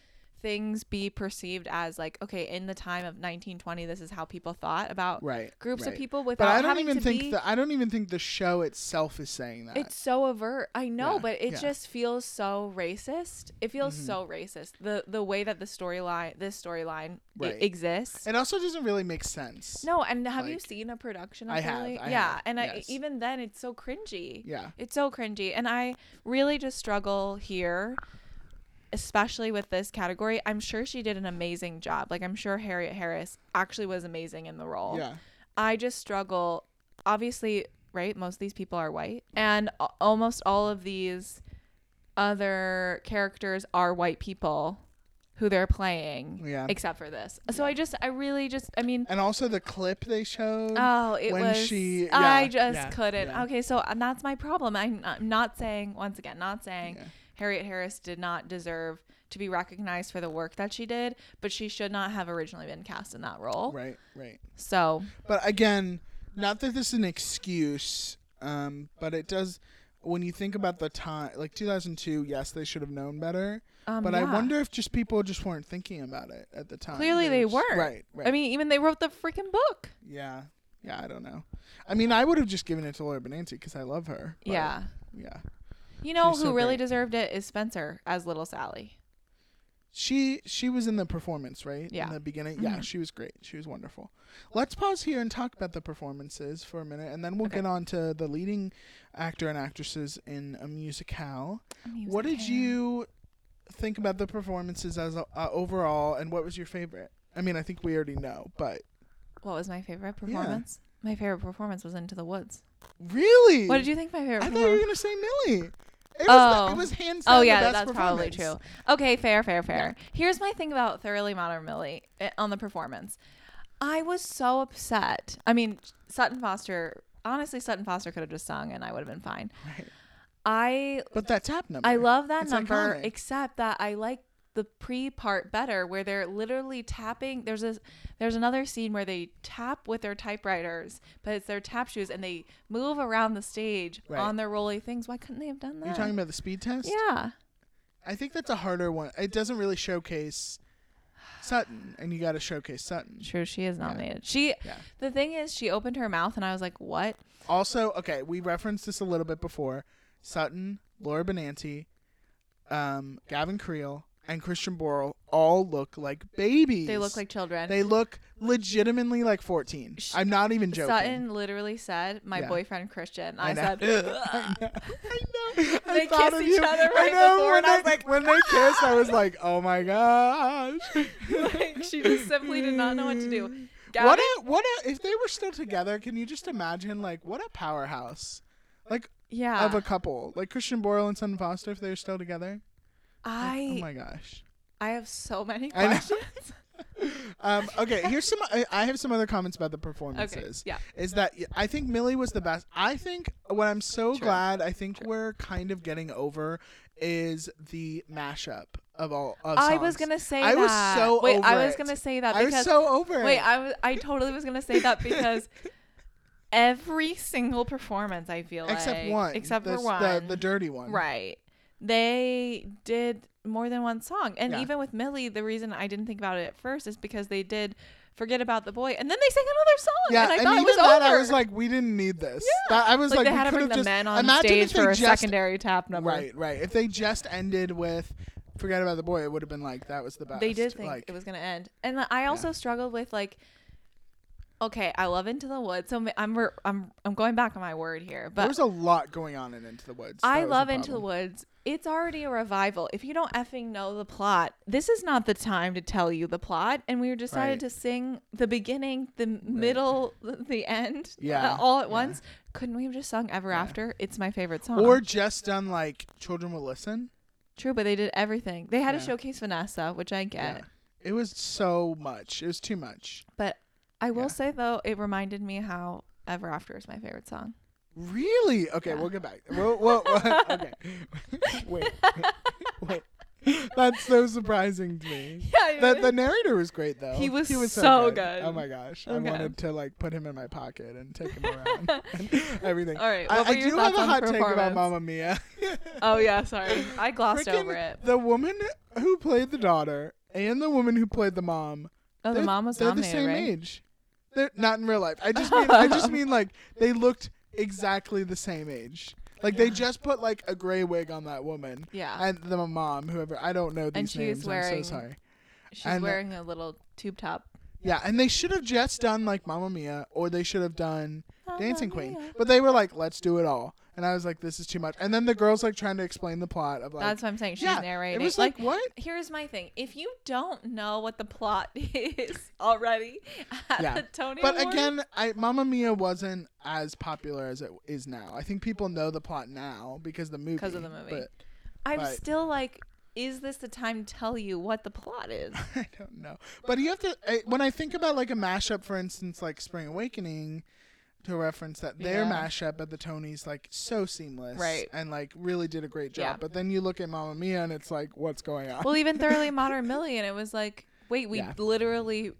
Speaker 3: things be perceived as like, okay, in the time of 1920, this is how people thought about
Speaker 2: right.
Speaker 3: groups
Speaker 2: right.
Speaker 3: of people without
Speaker 2: But I don't
Speaker 3: having
Speaker 2: even
Speaker 3: to
Speaker 2: think
Speaker 3: be.
Speaker 2: the I don't even think the show itself is saying that.
Speaker 3: it's so overt. I know,
Speaker 2: Yeah,
Speaker 3: but it
Speaker 2: yeah. Mm-hmm.
Speaker 3: just feels so racist. It feels so racist. The the way that the storyline, this storyline i-
Speaker 2: Right.
Speaker 3: exists.
Speaker 2: it also doesn't really make sense.
Speaker 3: no, and have you
Speaker 2: like-
Speaker 3: seen a production of
Speaker 2: I have,
Speaker 3: Thoroughly?
Speaker 2: I
Speaker 3: yeah,
Speaker 2: have,
Speaker 3: and I,
Speaker 2: yes.
Speaker 3: even then it's so cringy.
Speaker 2: Yeah.
Speaker 3: It's so cringy. And I really just struggle here, especially with this category. I'm sure she did an amazing job. Like, I'm sure Harriet Harris actually was amazing in the role.
Speaker 2: Yeah.
Speaker 3: I just struggle. Obviously, right? Most of these people are white. And a- almost all of these other characters are white people who they're playing,
Speaker 2: Yeah.
Speaker 3: except for this. So I just, I really just, I mean,
Speaker 2: And also the clip they showed.
Speaker 3: Oh, it
Speaker 2: when
Speaker 3: was.
Speaker 2: she-
Speaker 3: I
Speaker 2: yeah,
Speaker 3: just
Speaker 2: yeah,
Speaker 3: couldn't.
Speaker 2: yeah.
Speaker 3: Okay, so and that's my problem. I'm not, I'm not saying once again, not saying
Speaker 2: Yeah.
Speaker 3: Harriet Harris did not deserve to be recognized for the work that she did, but she should not have originally been cast in that role.
Speaker 2: Right, right.
Speaker 3: So
Speaker 2: But again, not that this is an excuse, um, but it does. When you think about the time, like 2002, yes, they should have known better.
Speaker 3: Um,
Speaker 2: but I
Speaker 3: yeah.
Speaker 2: wonder if just people just weren't thinking about it at the time.
Speaker 3: clearly they
Speaker 2: were just-
Speaker 3: weren't.
Speaker 2: Right, right.
Speaker 3: I mean, even they wrote the freaking book.
Speaker 2: yeah, yeah. I don't know. I mean, I would have just given it to Laura Benanti because I love her. but
Speaker 3: yeah.
Speaker 2: yeah.
Speaker 3: You know who
Speaker 2: she's so
Speaker 3: really
Speaker 2: great.
Speaker 3: deserved it is Spencer as Little Sally.
Speaker 2: She she was in the performance, right?
Speaker 3: Yeah. Mm-hmm.
Speaker 2: In the beginning. Yeah, she was great. She was wonderful. Let's pause here and talk about the performances for a minute and then we'll
Speaker 3: Okay.
Speaker 2: get on to the leading actor and actresses in a musicale. What did you think about the performances as a, uh, overall and what was your favorite? I mean, I think we already know, but
Speaker 3: What was my favorite performance? My favorite performance was Into the Woods.
Speaker 2: really?
Speaker 3: What did you think my favorite
Speaker 2: I thought you were
Speaker 3: performance?
Speaker 2: going to say Millie. It was,
Speaker 3: Oh.
Speaker 2: the, it was hands down
Speaker 3: Oh
Speaker 2: the
Speaker 3: yeah,
Speaker 2: best
Speaker 3: that's probably true.
Speaker 2: performance.
Speaker 3: Okay, fair, fair, fair. Here's my thing about Thoroughly Modern Millie eh, on the performance. I was so upset. I mean, Sutton Foster. Honestly, Sutton Foster could have just sung, and I would have been fine.
Speaker 2: Right.
Speaker 3: I
Speaker 2: But that tap number.
Speaker 3: I love that
Speaker 2: It's
Speaker 3: number,
Speaker 2: iconic.
Speaker 3: except that I like the pre part better, where they're literally tapping. There's a there's another scene where they tap with their typewriters, but it's their tap shoes, and they move around the stage
Speaker 2: Right.
Speaker 3: on their rolly things. Why couldn't they have done that?
Speaker 2: You're talking about the speed test?
Speaker 3: yeah.
Speaker 2: I think that's a harder one. It doesn't really showcase Sutton, and you got to showcase Sutton.
Speaker 3: True, she is nominated. She
Speaker 2: Yeah.
Speaker 3: the thing is she opened her mouth and I was like, What?
Speaker 2: Also, okay, we referenced this a little bit before. Sutton, Laura Benanti, um, Gavin Creel, and Christian Borle all look like babies.
Speaker 3: They look like children.
Speaker 2: they look legitimately like 14.
Speaker 3: Sh-
Speaker 2: I'm not even joking.
Speaker 3: Sutton literally said, My
Speaker 2: Yeah.
Speaker 3: boyfriend Christian. I,
Speaker 2: I know.
Speaker 3: said "Ugh."
Speaker 2: I know.
Speaker 3: They
Speaker 2: I thought
Speaker 3: kiss
Speaker 2: of
Speaker 3: each
Speaker 2: you.
Speaker 3: other
Speaker 2: I
Speaker 3: right
Speaker 2: know.
Speaker 3: before,
Speaker 2: when
Speaker 3: and I
Speaker 2: they,
Speaker 3: was like,
Speaker 2: when they kissed, I was like, oh my gosh.
Speaker 3: like, she just simply did not know what to do. Gavin,
Speaker 2: What a what a if they were still together, can you just imagine like what a powerhouse like
Speaker 3: yeah.
Speaker 2: of a couple like Christian Borle and Sutton Foster if they were still together. Like,
Speaker 3: I
Speaker 2: oh my gosh.
Speaker 3: I have so many
Speaker 2: I know.
Speaker 3: questions.
Speaker 2: Um, okay, here's some. I- I have some other comments about the performances.
Speaker 3: yeah.
Speaker 2: Is that I think Millie was the best. I think what I'm so
Speaker 3: True.
Speaker 2: glad I think we're kind of getting over is the mashup of all of
Speaker 3: I was
Speaker 2: songs.
Speaker 3: gonna say
Speaker 2: I was
Speaker 3: that.
Speaker 2: so
Speaker 3: wait, I
Speaker 2: over
Speaker 3: was
Speaker 2: it.
Speaker 3: gonna say that
Speaker 2: I was
Speaker 3: because
Speaker 2: so over
Speaker 3: wait,
Speaker 2: it.
Speaker 3: I was I totally was gonna say that because every single performance I feel
Speaker 2: except
Speaker 3: like
Speaker 2: one.
Speaker 3: except
Speaker 2: the,
Speaker 3: for one
Speaker 2: The, the dirty one.
Speaker 3: Right. they did more than one song. And
Speaker 2: Yeah.
Speaker 3: even with Millie, the reason I didn't think about it at first is because they did forget about the boy, and then they sang another song,
Speaker 2: Yeah,
Speaker 3: and I
Speaker 2: and,
Speaker 3: thought
Speaker 2: even
Speaker 3: it was
Speaker 2: that,
Speaker 3: over.
Speaker 2: I was like, we didn't need this. That, I was
Speaker 3: like,
Speaker 2: like,
Speaker 3: they
Speaker 2: we
Speaker 3: had to
Speaker 2: could
Speaker 3: bring
Speaker 2: have
Speaker 3: the
Speaker 2: just
Speaker 3: men on
Speaker 2: imagine
Speaker 3: stage
Speaker 2: if they
Speaker 3: for a
Speaker 2: just,
Speaker 3: secondary tap number.
Speaker 2: Right, right. If they just ended with "Forget About the Boy," it would have been like that was the best.
Speaker 3: They did think
Speaker 2: like,
Speaker 3: it was gonna end, and the- I also struggled with like, okay, I love Into the Woods, so ma- I'm re- I'm I'm going back on my word here,
Speaker 2: there
Speaker 3: but
Speaker 2: was a lot going on in Into the Woods. That
Speaker 3: I
Speaker 2: was
Speaker 3: love Into the
Speaker 2: problem.
Speaker 3: Woods. It's already a revival. If you don't effing know the plot, this is not the time to tell you the plot. And we decided
Speaker 2: Right.
Speaker 3: to sing the beginning, the middle, the end,
Speaker 2: Yeah,
Speaker 3: uh, all at
Speaker 2: yeah.
Speaker 3: once. Couldn't we have just sung Ever After? It's my favorite song.
Speaker 2: Or just done like "Children Will Listen."
Speaker 3: True, but they did everything. They had
Speaker 2: Yeah.
Speaker 3: to showcase Vanessa, which I get.
Speaker 2: It was so much. It was too much.
Speaker 3: But I will
Speaker 2: Yeah.
Speaker 3: say though, it reminded me how Ever After is my favorite song.
Speaker 2: Really? Okay,
Speaker 3: Yeah.
Speaker 2: we'll get back. Whoa, whoa, whoa. okay. Wait. Wait. That's so surprising to me.
Speaker 3: Yeah,
Speaker 2: The, the narrator was great though.
Speaker 3: He was so good.
Speaker 2: Oh my gosh, I
Speaker 3: Okay.
Speaker 2: wanted to like put him in my pocket and take him around and everything.
Speaker 3: All right,
Speaker 2: I,
Speaker 3: what were
Speaker 2: I
Speaker 3: your
Speaker 2: do have
Speaker 3: thoughts
Speaker 2: a
Speaker 3: on
Speaker 2: hot take about
Speaker 3: performance?
Speaker 2: Mamma Mia.
Speaker 3: oh yeah, sorry, I glossed
Speaker 2: Freaking
Speaker 3: over it.
Speaker 2: The woman who played the daughter and the woman who played the mom.
Speaker 3: Oh, the
Speaker 2: they're-
Speaker 3: mom was
Speaker 2: they're
Speaker 3: nominated,
Speaker 2: the same
Speaker 3: right?
Speaker 2: age. They're not in real life. I just mean I just mean like they looked exactly the same age. Like they just put like a gray wig on that woman
Speaker 3: Yeah.
Speaker 2: and the mom, whoever I don't know these
Speaker 3: she's
Speaker 2: names. I'm
Speaker 3: wearing-
Speaker 2: so sorry.
Speaker 3: She's
Speaker 2: And- uh,
Speaker 3: wearing a little tube top.
Speaker 2: Yeah, and they should have just done like Mamma Mia, or they should have done Dancing
Speaker 3: Mamma
Speaker 2: Queen.
Speaker 3: Mia.
Speaker 2: But they were like, let's do it all, and I was like, this is too much. And then the girls like trying to explain the plot of like
Speaker 3: That's what I'm saying. She's
Speaker 2: yeah,
Speaker 3: narrating.
Speaker 2: It was like, what?
Speaker 3: Here's my thing. If you don't know what the plot is already at
Speaker 2: Yeah.
Speaker 3: the Tony
Speaker 2: But
Speaker 3: Awards-
Speaker 2: again, I Mamma Mia wasn't as popular as it is now. I think people know the plot now because the movie.
Speaker 3: Because of the movie.
Speaker 2: but
Speaker 3: I'm
Speaker 2: but-
Speaker 3: still like, is this the time to tell you what the plot is?
Speaker 2: I don't know. But you have to. I, when I think about like a mashup, for instance, like Spring Awakening, to reference that their
Speaker 3: Yeah.
Speaker 2: mashup at the Tonys, like so seamless,
Speaker 3: Right.
Speaker 2: And like really did a great job.
Speaker 3: Yeah.
Speaker 2: But then you look at Mamma Mia, and it's like, what's going on?
Speaker 3: well, even Thoroughly Modern Millie, and it was like, wait, we
Speaker 2: Yeah.
Speaker 3: literally.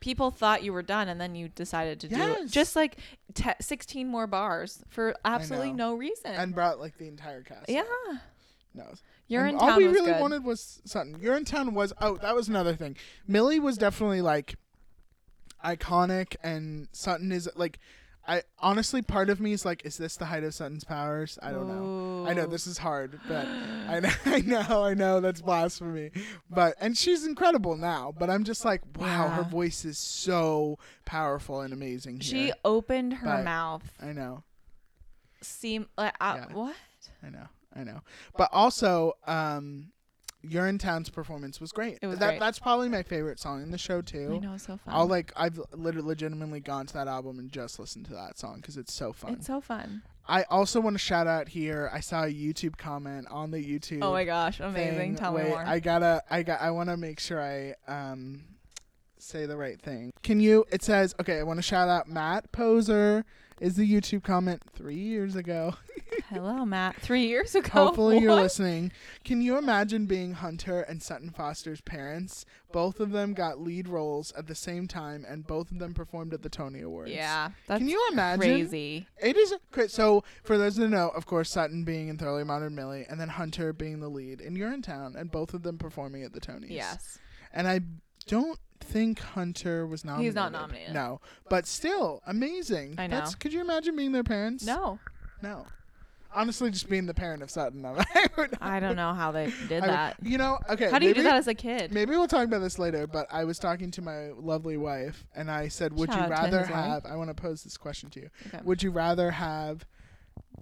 Speaker 3: People thought you were done, and then you decided to do it.
Speaker 2: Yes.
Speaker 3: just like te- 16 more bars for absolutely
Speaker 2: know.
Speaker 3: no reason.
Speaker 2: and brought like the entire cast.
Speaker 3: yeah,
Speaker 2: No.
Speaker 3: you're
Speaker 2: And
Speaker 3: in
Speaker 2: all
Speaker 3: town.
Speaker 2: we
Speaker 3: was
Speaker 2: really
Speaker 3: good.
Speaker 2: wanted was something. You're in town was oh that was another thing. Millie was definitely like iconic, and Sutton is like. I honestly, part of me is like, is this the height of Sutton's powers? I don't know. I know
Speaker 3: Ooh.
Speaker 2: this is hard, but I know, I know, I know that's blasphemy. But and she's incredible now. But I'm just like, wow, her
Speaker 3: Yeah.
Speaker 2: voice is so powerful and amazing.
Speaker 3: She
Speaker 2: here.
Speaker 3: opened her
Speaker 2: But-
Speaker 3: mouth.
Speaker 2: I know.
Speaker 3: Seem like uh,
Speaker 2: Yeah.
Speaker 3: what?
Speaker 2: I know, I know. But also, um, Urinetown's performance was great.
Speaker 3: It was
Speaker 2: that,
Speaker 3: great.
Speaker 2: That's probably my favorite song in the show
Speaker 3: I
Speaker 2: too.
Speaker 3: know it's so fun.
Speaker 2: I'll like I've lit- legitimately gone to that album and just listened to that song because it's so fun.
Speaker 3: It's so fun.
Speaker 2: I also want to shout out here. I saw a YouTube comment on the YouTube.
Speaker 3: Oh my gosh,
Speaker 2: thing.
Speaker 3: amazing! Tell
Speaker 2: Wait,
Speaker 3: me more.
Speaker 2: I gotta. I got. I want to make sure I um say the right thing. Can you? It says okay. I want to shout out Matt Poser. Is the YouTube comment three years ago?
Speaker 3: Hello, Matt. Three years ago.
Speaker 2: Hopefully you're
Speaker 3: What?
Speaker 2: listening. Can you imagine being Hunter and Sutton Foster's parents? Both of them got lead roles at the same time, and both of them performed at the Tony Awards.
Speaker 3: Yeah, that's
Speaker 2: Can you imagine?
Speaker 3: crazy.
Speaker 2: It is cra- so. For those that know, of course, Sutton being in Thoroughly Modern Millie, and then Hunter being the lead in You're in Town, and both of them performing at the Tonys.
Speaker 3: Yes,
Speaker 2: And I don't think Hunter was nominated.
Speaker 3: He's not nominated.
Speaker 2: No, but still amazing.
Speaker 3: I
Speaker 2: That's,
Speaker 3: know.
Speaker 2: could you imagine being their parents?
Speaker 3: no,
Speaker 2: No. Honestly, just being the parent of Sutton, I would
Speaker 3: I don't know how they did
Speaker 2: I would-
Speaker 3: that.
Speaker 2: You know, okay.
Speaker 3: How do you
Speaker 2: maybe,
Speaker 3: do that as a kid?
Speaker 2: Maybe we'll talk about this later, but I was talking to my lovely wife and I said, Would
Speaker 3: Shout
Speaker 2: you
Speaker 3: out to
Speaker 2: rather
Speaker 3: his wife.
Speaker 2: have, I want to pose this question to you.
Speaker 3: Okay.
Speaker 2: Would you rather have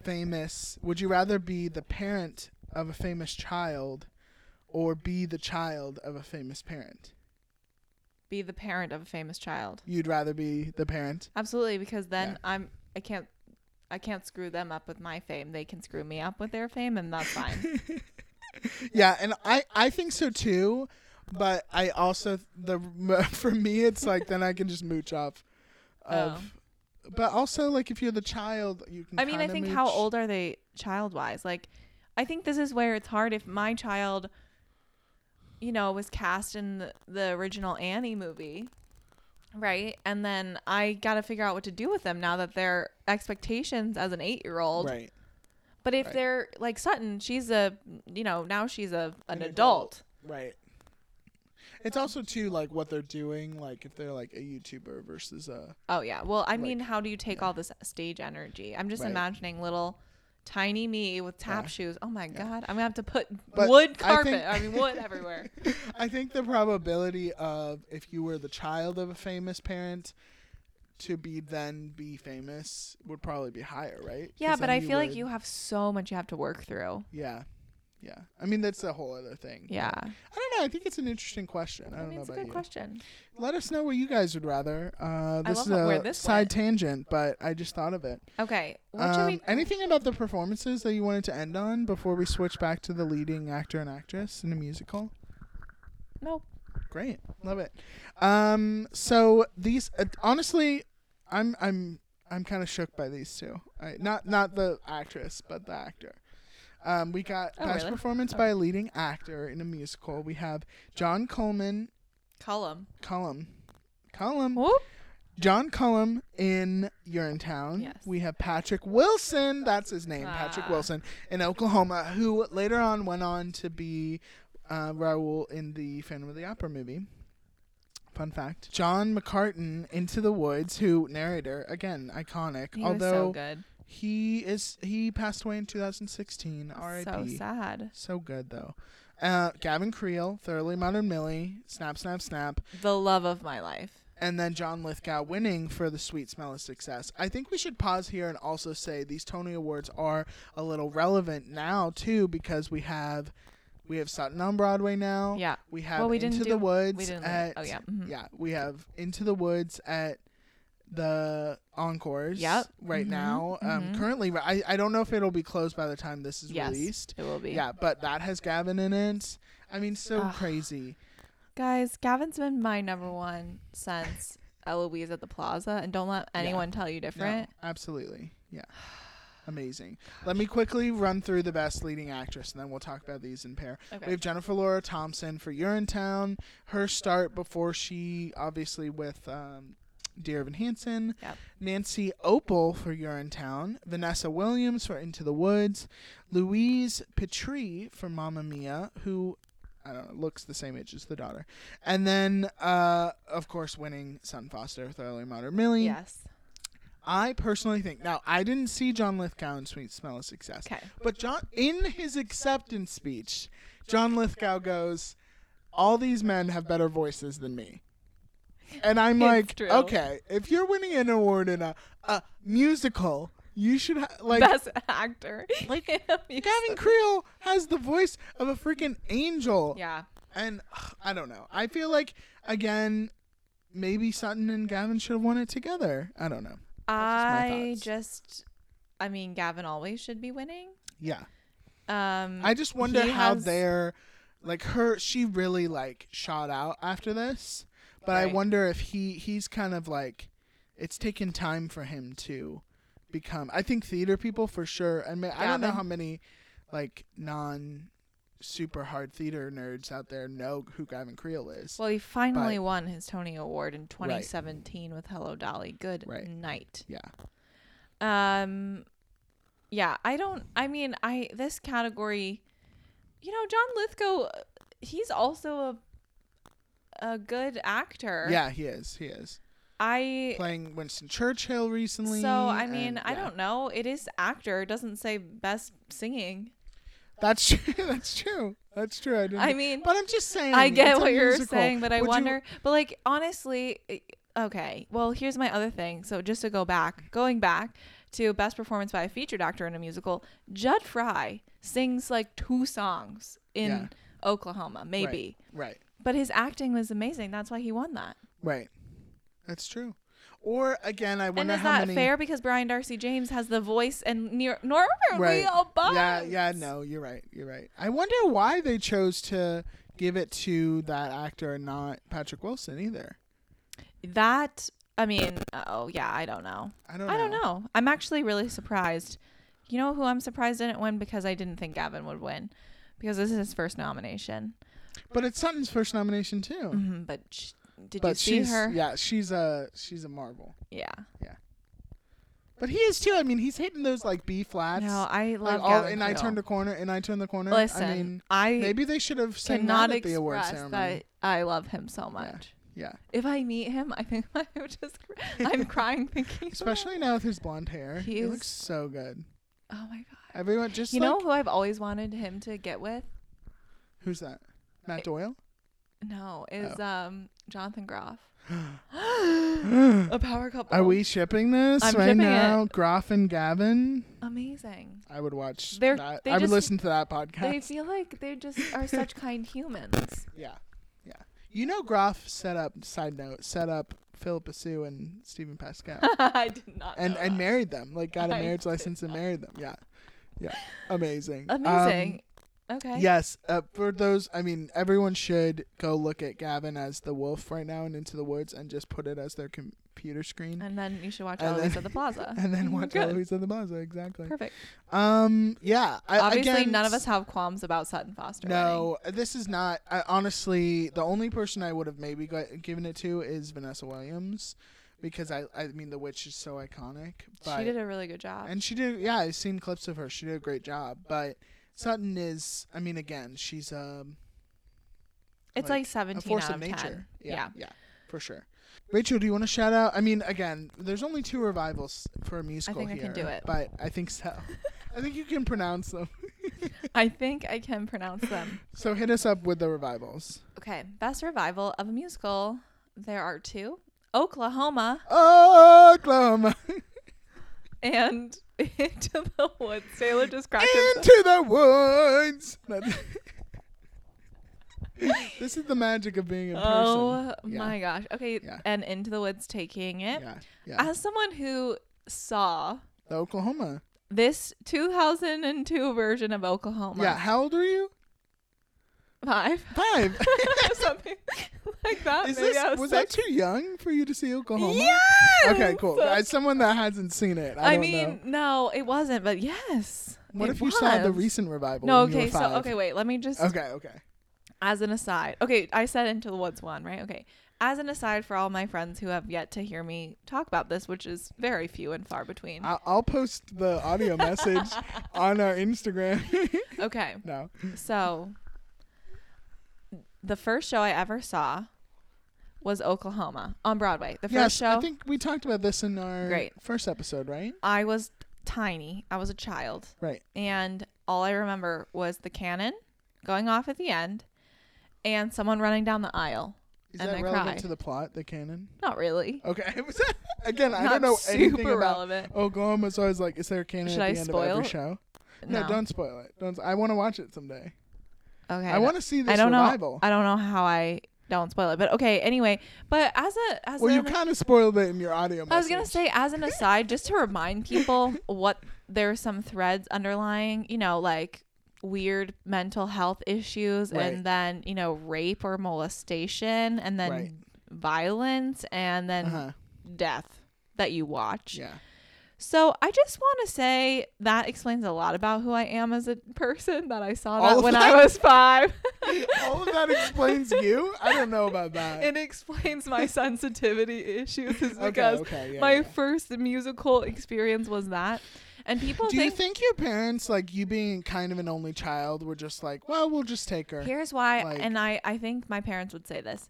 Speaker 2: famous, would you rather be the parent of a famous child or be the child of a famous parent?
Speaker 3: Be the parent of a famous child.
Speaker 2: You'd rather be the parent?
Speaker 3: Absolutely, because then
Speaker 2: Yeah.
Speaker 3: I'm. I can't. I can't screw them up with my fame. They can screw me up with their fame, and that's fine.
Speaker 2: Yeah, and I, I think so too, but I also, the for me, it's like then I can just mooch off of.
Speaker 3: Oh.
Speaker 2: But also, like if you're the child, you can.
Speaker 3: I mean, I
Speaker 2: kinda
Speaker 3: think how
Speaker 2: mooch.
Speaker 3: old are they child wise? Like, I think this is where it's hard if my child, you know, was cast in the, the original Annie movie, right? And then I got to figure out what to do with them now that their expectations as an eight year old
Speaker 2: Right.
Speaker 3: But if
Speaker 2: Right.
Speaker 3: they're like Sutton, she's a you know now she's a
Speaker 2: An
Speaker 3: an, adult.
Speaker 2: adult. Right. It's also too like what they're doing, like if they're like a YouTuber versus a
Speaker 3: Oh yeah. Well, I
Speaker 2: Like,
Speaker 3: mean, how do you take all this stage energy? I'm just
Speaker 2: Right.
Speaker 3: imagining little tiny me with tap
Speaker 2: Yeah.
Speaker 3: shoes. Oh my god, I'm gonna have to put
Speaker 2: But
Speaker 3: wood
Speaker 2: I
Speaker 3: carpet.
Speaker 2: think-
Speaker 3: I mean, wood everywhere.
Speaker 2: I think the probability of if you were the child of a famous parent to be then be famous would probably be higher, right?
Speaker 3: Yeah,
Speaker 2: 'Cause
Speaker 3: but
Speaker 2: then
Speaker 3: I feel like
Speaker 2: would-
Speaker 3: you have so much you have to work through.
Speaker 2: Yeah. Yeah. I mean that's a whole other thing.
Speaker 3: Yeah,
Speaker 2: I don't know. I think it's an interesting question. I
Speaker 3: I
Speaker 2: don't
Speaker 3: mean,
Speaker 2: know
Speaker 3: it's a
Speaker 2: about
Speaker 3: good
Speaker 2: you.
Speaker 3: question.
Speaker 2: Let us know what you guys would rather. Uh, this
Speaker 3: love
Speaker 2: is
Speaker 3: how-
Speaker 2: a
Speaker 3: where this
Speaker 2: side
Speaker 3: went.
Speaker 2: tangent, but I just thought of it.
Speaker 3: Okay, what should
Speaker 2: Um,
Speaker 3: we?
Speaker 2: anything about the performances that you wanted to end on before we switch back to the leading actor and actress in a musical?
Speaker 3: Nope.
Speaker 2: Great, love it. Um, so these, uh, honestly, I'm I'm I'm kind of shook by these two. I, not not the actress, but the actor. Um, we got
Speaker 3: Oh,
Speaker 2: best
Speaker 3: really?
Speaker 2: performance by a leading actor in a musical. We have John Coleman,
Speaker 3: Column.
Speaker 2: Cullum, Cullum,
Speaker 3: Whoop.
Speaker 2: John Cullum in Urinetown.
Speaker 3: Yes.
Speaker 2: We have Patrick Wilson, that's his name, Patrick
Speaker 3: Ah.
Speaker 2: Wilson in Oklahoma, who later on went on to be uh, Raoul in the Phantom of the Opera movie. Fun fact. John McCartan, Into the Woods, who narrator, again, iconic.
Speaker 3: He was
Speaker 2: although
Speaker 3: so good.
Speaker 2: he is he passed away in 2016. R.I.P.
Speaker 3: So sad.
Speaker 2: So good though. Uh, Gavin Creel, Thoroughly Modern Millie, Snap Snap Snap
Speaker 3: The love of my life.
Speaker 2: and then John Lithgow winning for the sweet smell of success. I think we should pause here and also say these Tony Awards are a little relevant now too because we have we have Sutton on Broadway now.
Speaker 3: Yeah.
Speaker 2: We have
Speaker 3: Well, we
Speaker 2: Into
Speaker 3: didn't
Speaker 2: the
Speaker 3: do-
Speaker 2: Woods
Speaker 3: we didn't-
Speaker 2: at
Speaker 3: oh, yeah, mhm.
Speaker 2: yeah, we have Into the Woods at the Encores
Speaker 3: Yep.
Speaker 2: right
Speaker 3: Mhm,
Speaker 2: now. Um
Speaker 3: mhm.
Speaker 2: currently I I don't know if it'll be closed by the time this is
Speaker 3: Yes.
Speaker 2: released.
Speaker 3: It will be.
Speaker 2: Yeah, but that has Gavin in it. I mean so
Speaker 3: Ugh.
Speaker 2: crazy.
Speaker 3: Guys, Gavin's been my number one since Eloise at the Plaza, and don't let
Speaker 2: Yeah.
Speaker 3: anyone tell you different.
Speaker 2: No, absolutely. Yeah. Amazing. Let me quickly run through the best leading actress and then we'll talk about these in pair.
Speaker 3: Okay.
Speaker 2: We have Jennifer Laura Thompson for Urinetown. Her start before she, obviously, with um, Dear Evan Hansen.
Speaker 3: Yep.
Speaker 2: Nancy Opal for Urinetown. Vanessa Williams for Into the Woods. Louise Petrie for Mamma Mia, who. I don't know, looks the same age as the daughter. And then, uh, of course, winning Son Foster, Thoroughly Modern Millie.
Speaker 3: Yes.
Speaker 2: I personally think now I didn't see John Lithgow in Sweet Smell of Success.
Speaker 3: Okay.
Speaker 2: But John in his acceptance speech, John Lithgow goes, All these men have better voices than me. And I'm
Speaker 3: It's
Speaker 2: like,
Speaker 3: true.
Speaker 2: okay, if you're winning an award in a, a musical, you should ha- like
Speaker 3: Best actor. Like
Speaker 2: Gavin Creel has the voice of a freaking angel.
Speaker 3: Yeah.
Speaker 2: And ugh, I don't know. I feel like again, maybe Sutton and Gavin should have won it together. I don't know. my
Speaker 3: I
Speaker 2: thoughts.
Speaker 3: just, I mean, Gavin always should be winning.
Speaker 2: Yeah.
Speaker 3: Um,
Speaker 2: I just wonder
Speaker 3: he
Speaker 2: how
Speaker 3: has-
Speaker 2: they're like her she really like shot out after this. But I
Speaker 3: Right.
Speaker 2: wonder if he he's kind of like it's taken time for him to become I think theater people for sure. I mean I don't know
Speaker 3: Gavin?
Speaker 2: how many like non super hard theater nerds out there know who Gavin Creel is.
Speaker 3: Well, he finally
Speaker 2: but-
Speaker 3: won his Tony Award in 2017 with Hello Dolly. Good
Speaker 2: Right.
Speaker 3: night.
Speaker 2: yeah.
Speaker 3: Um, yeah, I don't. I mean, I this category, you know, John Lithgow, uh, he's also a a good actor.
Speaker 2: Yeah, he is. He is.
Speaker 3: I.
Speaker 2: Playing Winston Churchill recently.
Speaker 3: So I
Speaker 2: and-
Speaker 3: mean, I
Speaker 2: yeah.
Speaker 3: don't know. It is actor. It doesn't say best singing.
Speaker 2: That's true. That's true. That's true. I, didn't,
Speaker 3: I mean,
Speaker 2: Mm. but I'm just saying.
Speaker 3: I
Speaker 2: it's
Speaker 3: get
Speaker 2: a
Speaker 3: what you're
Speaker 2: musical.
Speaker 3: saying, but I
Speaker 2: Would you-
Speaker 3: wonder. But like, honestly, i- okay. Well, here's my other thing. So just to go back, going back to best performance by a featured actor in a musical, Judd Fry sings like two songs in
Speaker 2: Yeah.
Speaker 3: Oklahoma, maybe.
Speaker 2: Right.
Speaker 3: But his acting was amazing. That's why he won that.
Speaker 2: Right. That's true. Or again, I
Speaker 3: And
Speaker 2: wonder
Speaker 3: is
Speaker 2: how
Speaker 3: that
Speaker 2: many.
Speaker 3: fair? Because Brian Darcy James has the voice, and near Norman
Speaker 2: Right.
Speaker 3: we all buds.
Speaker 2: Yeah. Yeah. No, you're right. You're right. I wonder why they chose to give it to that actor and not Patrick Wilson either.
Speaker 3: That I mean, oh yeah, I don't know.
Speaker 2: I don't.
Speaker 3: I don't know. I'm actually really surprised. You know who I'm surprised didn't win because I didn't think Gavin would win because this is his first nomination.
Speaker 2: But it's Sutton's first nomination too.
Speaker 3: Mhm, but sh-
Speaker 2: Mm-hmm.
Speaker 3: did
Speaker 2: But
Speaker 3: you see
Speaker 2: she's
Speaker 3: her?
Speaker 2: yeah, she's a she's a marvel.
Speaker 3: Yeah.
Speaker 2: Yeah. But he is too. I mean, he's hitting those like B flats.
Speaker 3: No, I
Speaker 2: like
Speaker 3: love
Speaker 2: all,
Speaker 3: Gavin
Speaker 2: and I
Speaker 3: Creel.
Speaker 2: turned a corner, and I turned the corner.
Speaker 3: Listen,
Speaker 2: I mean,
Speaker 3: I
Speaker 2: maybe they should have sang
Speaker 3: cannot
Speaker 2: that at the award
Speaker 3: express
Speaker 2: ceremony.
Speaker 3: that I love him so much.
Speaker 2: Yeah,
Speaker 3: If I meet him, I think I would just cr- I'm crying thinking. about-
Speaker 2: especially now with his blonde hair,
Speaker 3: He
Speaker 2: he,
Speaker 3: is-
Speaker 2: looks so good.
Speaker 3: Oh my god.
Speaker 2: Everyone just
Speaker 3: you
Speaker 2: like,
Speaker 3: know who I've always wanted him to get with?
Speaker 2: who's that? Matt Doyle.
Speaker 3: No, is
Speaker 2: Oh.
Speaker 3: um Jonathan Groff.
Speaker 2: Are
Speaker 3: A power couple.
Speaker 2: we shipping this
Speaker 3: I'm
Speaker 2: right
Speaker 3: shipping
Speaker 2: now? Groff and Gavin.
Speaker 3: amazing?
Speaker 2: I would watch
Speaker 3: They're-
Speaker 2: that.
Speaker 3: they
Speaker 2: I would
Speaker 3: just-
Speaker 2: listen to that podcast.
Speaker 3: They feel like they just are such kind humans.
Speaker 2: Yeah, yeah. You know, Groff set up. Side note, set up Philip Asu and Stephen Pascal,
Speaker 3: I did not.
Speaker 2: and
Speaker 3: know
Speaker 2: and
Speaker 3: that.
Speaker 2: married them. Like got a
Speaker 3: Uh, I
Speaker 2: marriage
Speaker 3: did
Speaker 2: license and married them. Yeah, yeah. Amazing. Um,
Speaker 3: amazing. okay.
Speaker 2: Yes, uh, for those, I mean, everyone should go look at Gavin as the wolf right now and Into the Woods and just put it as their computer screen.
Speaker 3: And then you should watch
Speaker 2: And
Speaker 3: Eloise
Speaker 2: then-
Speaker 3: at the Plaza.
Speaker 2: and then watch
Speaker 3: Good.
Speaker 2: Eloise of the Plaza, exactly.
Speaker 3: Perfect.
Speaker 2: Um, yeah. I,
Speaker 3: Obviously,
Speaker 2: again,
Speaker 3: none of us have qualms about Sutton Foster.
Speaker 2: No, this is not. I, honestly, the only person I would have maybe got, given it to is Vanessa Williams, because I, I mean, The Witch is so iconic. But
Speaker 3: winning. she did a really good job.
Speaker 2: and she did. Yeah, I've seen clips of her. She did a great job. But Sutton is. I mean, again, she's um,
Speaker 3: it's
Speaker 2: like,
Speaker 3: like,
Speaker 2: a
Speaker 3: 17
Speaker 2: force
Speaker 3: out
Speaker 2: of
Speaker 3: of
Speaker 2: nature.
Speaker 3: 10.
Speaker 2: Yeah, yeah, for sure. Rachel, do you want to shout out? I mean, again, there's only two revivals for a musical
Speaker 3: think I
Speaker 2: here,
Speaker 3: can do it.
Speaker 2: but I think so. I think you can pronounce them.
Speaker 3: I think I can pronounce them.
Speaker 2: So hit us up with the revivals.
Speaker 3: Okay, best revival of a musical. There are two Oklahoma
Speaker 2: Oklahoma.
Speaker 3: and Into the Woods. Taylor just cracked himself.
Speaker 2: Into the woods. That- this is the magic of being in person.
Speaker 3: Oh
Speaker 2: Yeah.
Speaker 3: my gosh. Okay,
Speaker 2: Yeah.
Speaker 3: and Into the Woods taking it.
Speaker 2: Yeah, yeah.
Speaker 3: As someone who saw
Speaker 2: the Oklahoma.
Speaker 3: this 2002 version of Oklahoma,
Speaker 2: Yeah. How old are you?
Speaker 3: five,
Speaker 2: Five.
Speaker 3: something like that.
Speaker 2: is
Speaker 3: Maybe
Speaker 2: this
Speaker 3: I
Speaker 2: was,
Speaker 3: was
Speaker 2: that
Speaker 3: six.
Speaker 2: too young for you to see Oklahoma?
Speaker 3: Yes.
Speaker 2: Okay, cool. As someone that hasn't seen it, I, don't
Speaker 3: I,
Speaker 2: know.
Speaker 3: mean, no, it wasn't, but yes.
Speaker 2: What
Speaker 3: it
Speaker 2: if you saw the
Speaker 3: was.
Speaker 2: recent revival?
Speaker 3: No,
Speaker 2: when you were
Speaker 3: okay, so
Speaker 2: five?
Speaker 3: okay, wait, let me just
Speaker 2: okay, okay.
Speaker 3: as an aside. Okay, I said into the woods one, right? Okay. As an aside for all my friends who have yet to hear me talk about this, which is very few and far between.
Speaker 2: I'll, I'll post the audio message on our Instagram.
Speaker 3: okay.
Speaker 2: no,
Speaker 3: So the first show I ever saw was Oklahoma on Broadway. The first
Speaker 2: yes,
Speaker 3: show
Speaker 2: I think we talked about this in our
Speaker 3: Great.
Speaker 2: first episode, right?
Speaker 3: I was tiny. I was a child.
Speaker 2: Right.
Speaker 3: and all I remember was the cannon going off at the end and someone running down the aisle.
Speaker 2: Is
Speaker 3: And
Speaker 2: that
Speaker 3: I
Speaker 2: relevant
Speaker 3: cried.
Speaker 2: to the plot, the canon?
Speaker 3: Not really.
Speaker 2: Okay, was that- again, I
Speaker 3: Not
Speaker 2: don't know anything
Speaker 3: super
Speaker 2: about
Speaker 3: relevant.
Speaker 2: Oklahoma, so I was like, is there a canon
Speaker 3: Should
Speaker 2: at
Speaker 3: I
Speaker 2: the end of
Speaker 3: spoil
Speaker 2: every
Speaker 3: it?
Speaker 2: show?
Speaker 3: No,
Speaker 2: don't spoil it. Don't. I want to watch it someday.
Speaker 3: Okay.
Speaker 2: I want to see this
Speaker 3: I don't
Speaker 2: revival.
Speaker 3: know. I don't know how I don't spoil it, but okay. Anyway, but as a as
Speaker 2: well, you
Speaker 3: an,
Speaker 2: kind of spoiled it in your audio. Message.
Speaker 3: I was gonna say as an aside, just to remind people what there's some threads underlying. You know, like weird mental health issues,
Speaker 2: Right.
Speaker 3: and then you know rape or molestation, and then
Speaker 2: Right.
Speaker 3: violence, and then
Speaker 2: Uh-huh.
Speaker 3: death that you watch.
Speaker 2: Yeah.
Speaker 3: So I just want to say that explains a lot about who I am as a person that I saw
Speaker 2: All
Speaker 3: that
Speaker 2: of
Speaker 3: when
Speaker 2: that?
Speaker 3: I was five.
Speaker 2: All of that explains you. I don't know about that.
Speaker 3: it explains my sensitivity issues is
Speaker 2: okay.
Speaker 3: because
Speaker 2: okay. Yeah,
Speaker 3: my
Speaker 2: yeah.
Speaker 3: first musical experience was that. And people
Speaker 2: Do you
Speaker 3: think,
Speaker 2: think your parents, like you being kind of an only child, were just like, well, we'll just take her.
Speaker 3: here's why,
Speaker 2: like-
Speaker 3: and I, I think my parents would say this.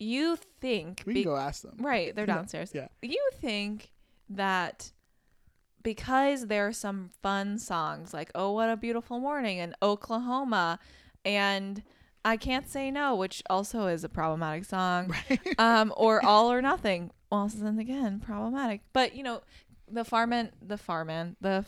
Speaker 3: You think,
Speaker 2: we
Speaker 3: be-
Speaker 2: can go ask them.
Speaker 3: right, they're
Speaker 2: Yeah,
Speaker 3: downstairs.
Speaker 2: yeah.
Speaker 3: You think that because there are some fun songs like Oh What a Beautiful Morning and Oklahoma and I Can't Say No, which also is a problematic song, um, or All or Nothing, also then again problematic. But you know, the farman, the farman, the